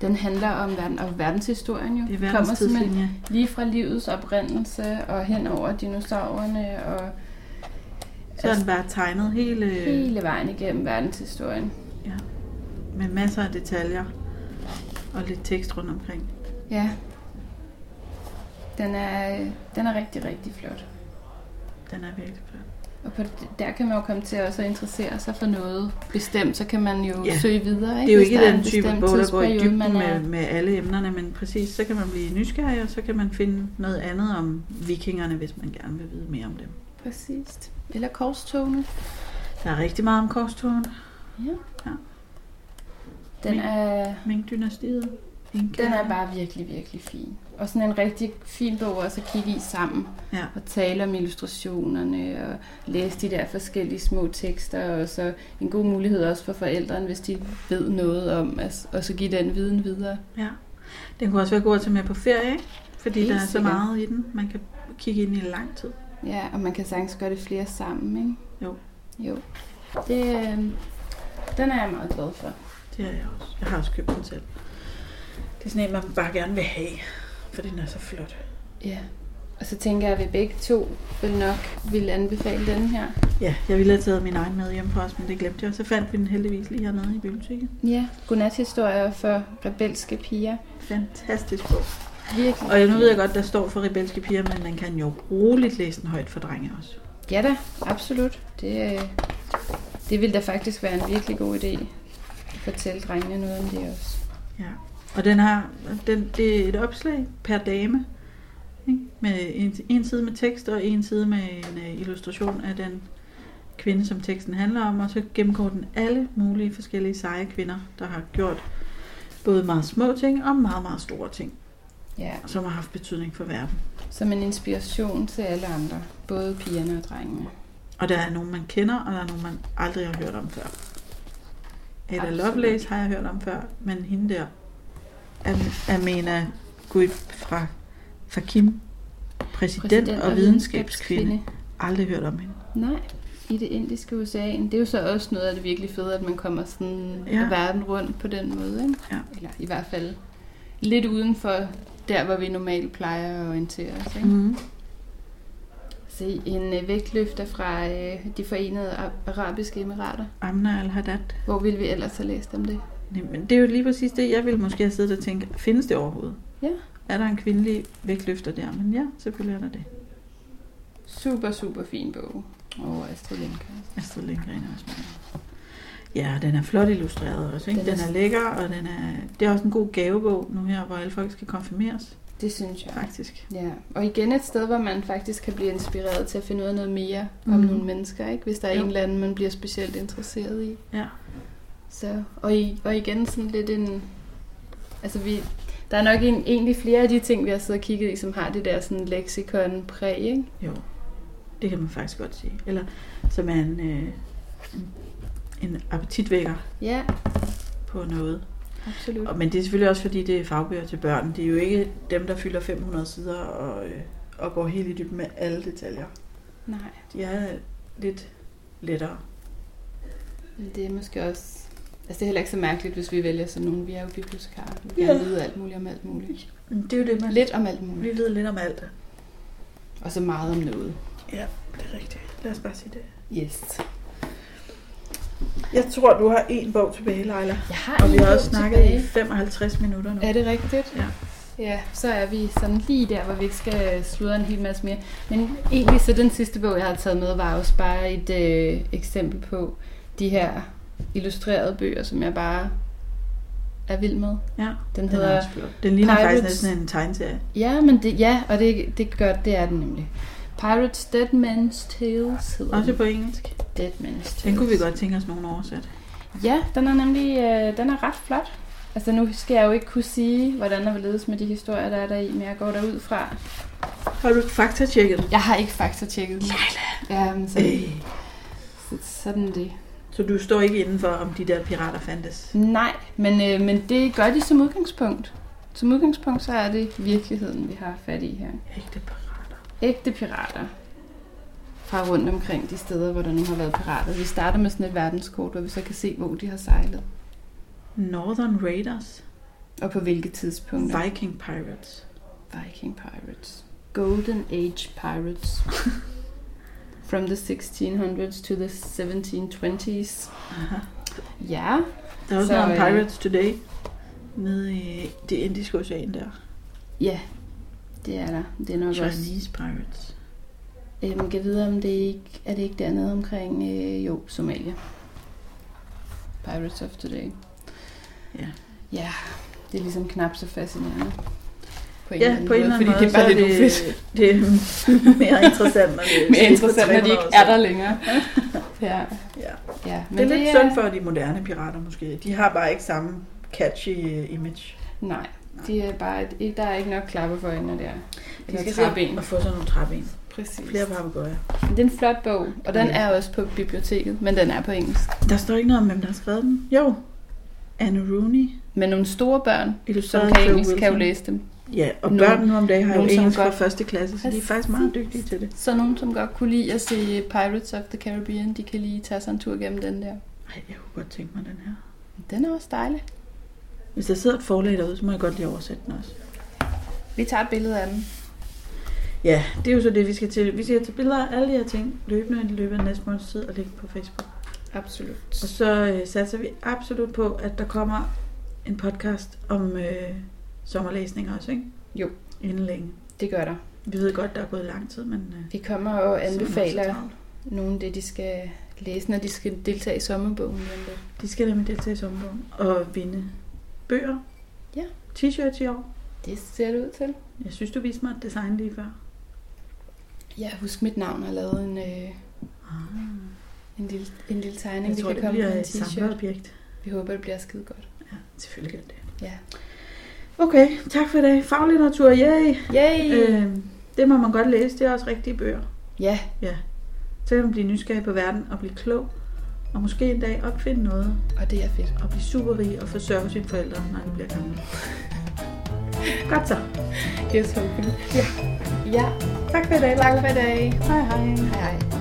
Den handler om verden, og verdenshistorien jo. Det er Den verdens simpelthen tidslinje. lige fra livets oprindelse og hen over dinosaurerne og Så er den bare tegnet hele, øh, hele vejen igennem verdenshistorien. med masser af detaljer og lidt tekst rundt omkring. Ja. Den er, øh, den er rigtig, rigtig flot. Den er virkelig flot. Og på, der kan man jo komme til også at interessere sig for noget bestemt, så kan man jo Ja. ja. søge videre. Ikke? Det er jo Hvis ikke der den en type bestemt bog, der går i tidsperiode, dybden man er- med, med alle emnerne, men præcis, så kan man blive nysgerrig, og så kan man finde noget andet om vikingerne, hvis man gerne vil vide mere om dem. Præcis. Eller korstogene. Der er rigtig meget om korstogen, Ja. Ja. Den Men- er, Ming-dynastiet. Inka. den er bare virkelig, virkelig fin. Og sådan en rigtig fin bog også at kigge i sammen. Ja. Og tale om illustrationerne og læse de der forskellige små tekster. Og så en god mulighed også for forældrene, hvis de ved noget om, at, og så give den viden videre. Ja. Den kunne også være god at tage med på ferie, ikke? Fordi Helt der er så sikkert. meget i den, man kan kigge ind i lang tid. Ja, og man kan sagtens gøre det flere sammen, ikke? Jo. Jo. Det, øh, den er jeg meget glad for. Det har jeg også. Jeg har også købt den selv. Det er sådan en, man bare gerne vil have, for den er så flot. Ja. Og så tænker jeg, at vi begge to vil nok ville anbefale den her. Ja, jeg ville have taget min egen med hjem fra os, men det glemte jeg. Så fandt vi den heldigvis lige hernede i biblioteket. Ja, godnathistorier for rebelske piger. Fantastisk bog. Virkelig. Og jeg, nu ved jeg godt, der står for rebelske piger, men man kan jo roligt læse den højt for drenge også. Ja da, absolut. Det, øh, det ville da faktisk være en virkelig god idé at fortælle drengene noget om det også. Ja. Og den har, den, det er et opslag per dame. Ikke? Med en, en side med tekst og en side med en øh, illustration af den kvinde, som teksten handler om. Og så gennemgår den alle mulige forskellige seje kvinder, der har gjort både meget små ting og meget, meget store ting, Ja, som har haft betydning for verden. som en inspiration til alle andre, både pigerne og drengene. Og der er nogen, man kender, og der er nogen, man aldrig har hørt om før. Ada Absolut. Lovelace har jeg hørt om før, men hende der, Am- Amena Guib fra, fra Kim, præsident, præsident og videnskabskvinde, aldrig hørt om hende. Nej, i det indiske ocean. Det er jo så også noget af det virkelig fede, at man kommer sådan Ja. ja. verden rundt på den måde. Ikke? Ja. Eller i hvert fald lidt uden for der, hvor vi normalt plejer at orientere os. Ikke? Mm. Se, en øh, vægtløfter fra øh, de forenede Ar- arabiske emirater. Amna al-Haddad. Hvor ville vi ellers have læst om det? Men det er jo lige præcis det, jeg ville måske have siddet og tænkt, findes det overhovedet? Ja. Er der en kvindelig vægtløfter der? Men ja, selvfølgelig er der det. Super, super fin bog over Astrid Lindgren. Astrid Lindgren er også med. Ja, og den er flot illustreret også. Ikke? Den, Den er... er- den er lækker, og den er, det er også en god gavebog nu her, hvor alle folk skal konfirmeres, Det synes jeg. faktisk. Ja, og igen et sted, hvor man faktisk kan blive inspireret til at finde ud af noget mere mm. om Mhm. nogle mennesker, ikke? hvis der er Jo. en eller anden, man bliver specielt interesseret i. Ja. Så, og, i, og igen sådan lidt en... Altså vi, der er nok en, egentlig flere af de ting, vi har siddet og kigget i, som har det der sådan lexikon-præg, ikke? Jo, det kan man faktisk godt sige. Eller som er en, øh, en- en appetitvækker Ja, på noget. absolut. Og- Men det er selvfølgelig også, fordi det er fagbøger til børn. Det er jo ikke dem, der fylder 500 sider og, øh, og går helt i dybden med alle detaljer. Nej, De er lidt lettere. men det er måske også... Altså det er heller ikke så mærkeligt, hvis vi vælger sådan nogen. Vi er jo bibliotekarer. Vi Ja. kan yeah. vide alt muligt om alt muligt. Men det er jo det, man... Lidt om alt muligt. Vi ved lidt om alt. Og så meget om noget. Det er rigtigt. Lad os bare sige det. Yes. Jeg tror, du har en bog tilbage, Leila. Jeg har Og vi en har bog også snakket tilbage. i 55 minutter nu. Er det rigtigt? Ja. Ja, så er vi sådan lige der, hvor vi ikke skal øh, sludre en hel masse mere. Men egentlig så den sidste bog, jeg har taget med, var også bare et øh, eksempel på de her illustrerede bøger, som jeg bare er vild med. Ja, Den den, er hedder... også flot. den ligner faktisk Pirates. næsten en tegneserie. Ja, men det, ja, og det, det gør det er den nemlig. Pirates Dead Man's Tales hedder Også den. på engelsk. Dead Man's Tales. Den kunne vi godt tænke os nogen oversat. Ja, den er nemlig øh, den er ret flot. Altså nu skal jeg jo ikke kunne sige, hvordan der vil ledes med de historier, der er der i, men jeg går derud fra. Har du faktatjekket den? Jeg har ikke faktatjekket. Leila! Ja, men så, Øh. så, sådan er det. Så du står ikke inden for, om de der pirater fandtes? Nej, men, øh, men det gør de som udgangspunkt. Som udgangspunkt, så er det virkeligheden, vi har fat i her. Ægte pirater. ægte pirater fra rundt omkring de steder, hvor der nu har været pirater. Vi starter med sådan et verdenskort, hvor vi så kan se, hvor de har sejlet, Northern Raiders. og på hvilke tidspunkter. Viking Pirates. Viking Pirates. Golden Age Pirates. From the 1600s to the 1720s. Aha. Ja, Der er også Så, noget om øh, Pirates Today. Nede i det indiske ocean der. ja, det er der. Det er nok også. Chinese Pirates. Øhm, kan vide, om det ikke er det ikke dernede omkring, øh, jo, Somalia. Pirates of Today. Ja. Ja, det er ligesom knap så fascinerende. På Ja, på en eller anden måde, fordi det er bare så lidt det, ufedt. det er mere interessant, når det er [laughs] Mere sket for interessant, når 300 de ikke år er siden. der [laughs] længere. ja. Ja. ja. Det er lidt synd for de moderne pirater måske. De har bare ikke samme catchy øh, image. Nej, de er bare et, ikke- der er ikke nok klapper for øjnene der. De Eller skal træben. se at få sådan nogle træben. Præcis. Flere papegøjer. Det er en flot bog, og den Ja. er også på biblioteket, men den er på engelsk. Der står ikke noget om, hvem der har skrevet den. Jo, Anne Rooney. Men nogle store børn, som Illustreret af kan Joe engelsk, kan jo Wilson. læse dem. Ja, og Nogen- børn nu om dagen har jo nogen, som engelsk fra godt- første klasse, så de er faktisk meget dygtige til det. Så nogen, som godt kunne lide at se Pirates of the Caribbean, de kan lige tage sig en tur gennem den der. Ej, jeg kunne godt tænke mig den her. Den er også dejlig. Hvis der sidder et forlag derude, så må jeg godt lige oversætte den også. Vi tager et billede af den. Ja, det er jo så det, vi skal til. Vi skal til billeder af alle de her ting løbende i løbet af næste måneds tid og lægge på Facebook. Absolut. Og så øh, satser vi absolut på, at der kommer en podcast om øh, sommerlæsning også, ikke? Jo. Inden længe. Det gør der. Vi ved godt, der er gået lang tid, men... Øh, Vi kommer og så er man anbefaler også travlt. nogen af det, de skal læse, når de skal deltage i sommerbogen. lige om lidt. De skal nemlig deltage i sommerbogen og vinde bøger. Ja. T-shirts i år. Det ser det ud til. Jeg synes, du viste mig et design lige før. Ah. Jeg husker mit navn har lavet en, øh, Ah, en, lille, en lille tegning, jeg vi tror, kan det komme bliver med en et t-shirt. samlerobjekt. Vi håber, det bliver skide godt. Ja, selvfølgelig gør det. Ja. Okay, tak for i dag. Faglitteratur, yay! Yay! Øh. Øh, det må man godt læse. Det er også rigtige bøger. Ja, Så kan man blive nysgerrig på verden og blive klog. Og måske en dag opfinde noget og det er fedt. og blive super rig og forsørge sine forældre, når de bliver gamle. Godt så. Yes, hopefully. Ja. Ja, Tak for i dag. tak for i dag. Hej hej. Hej hej.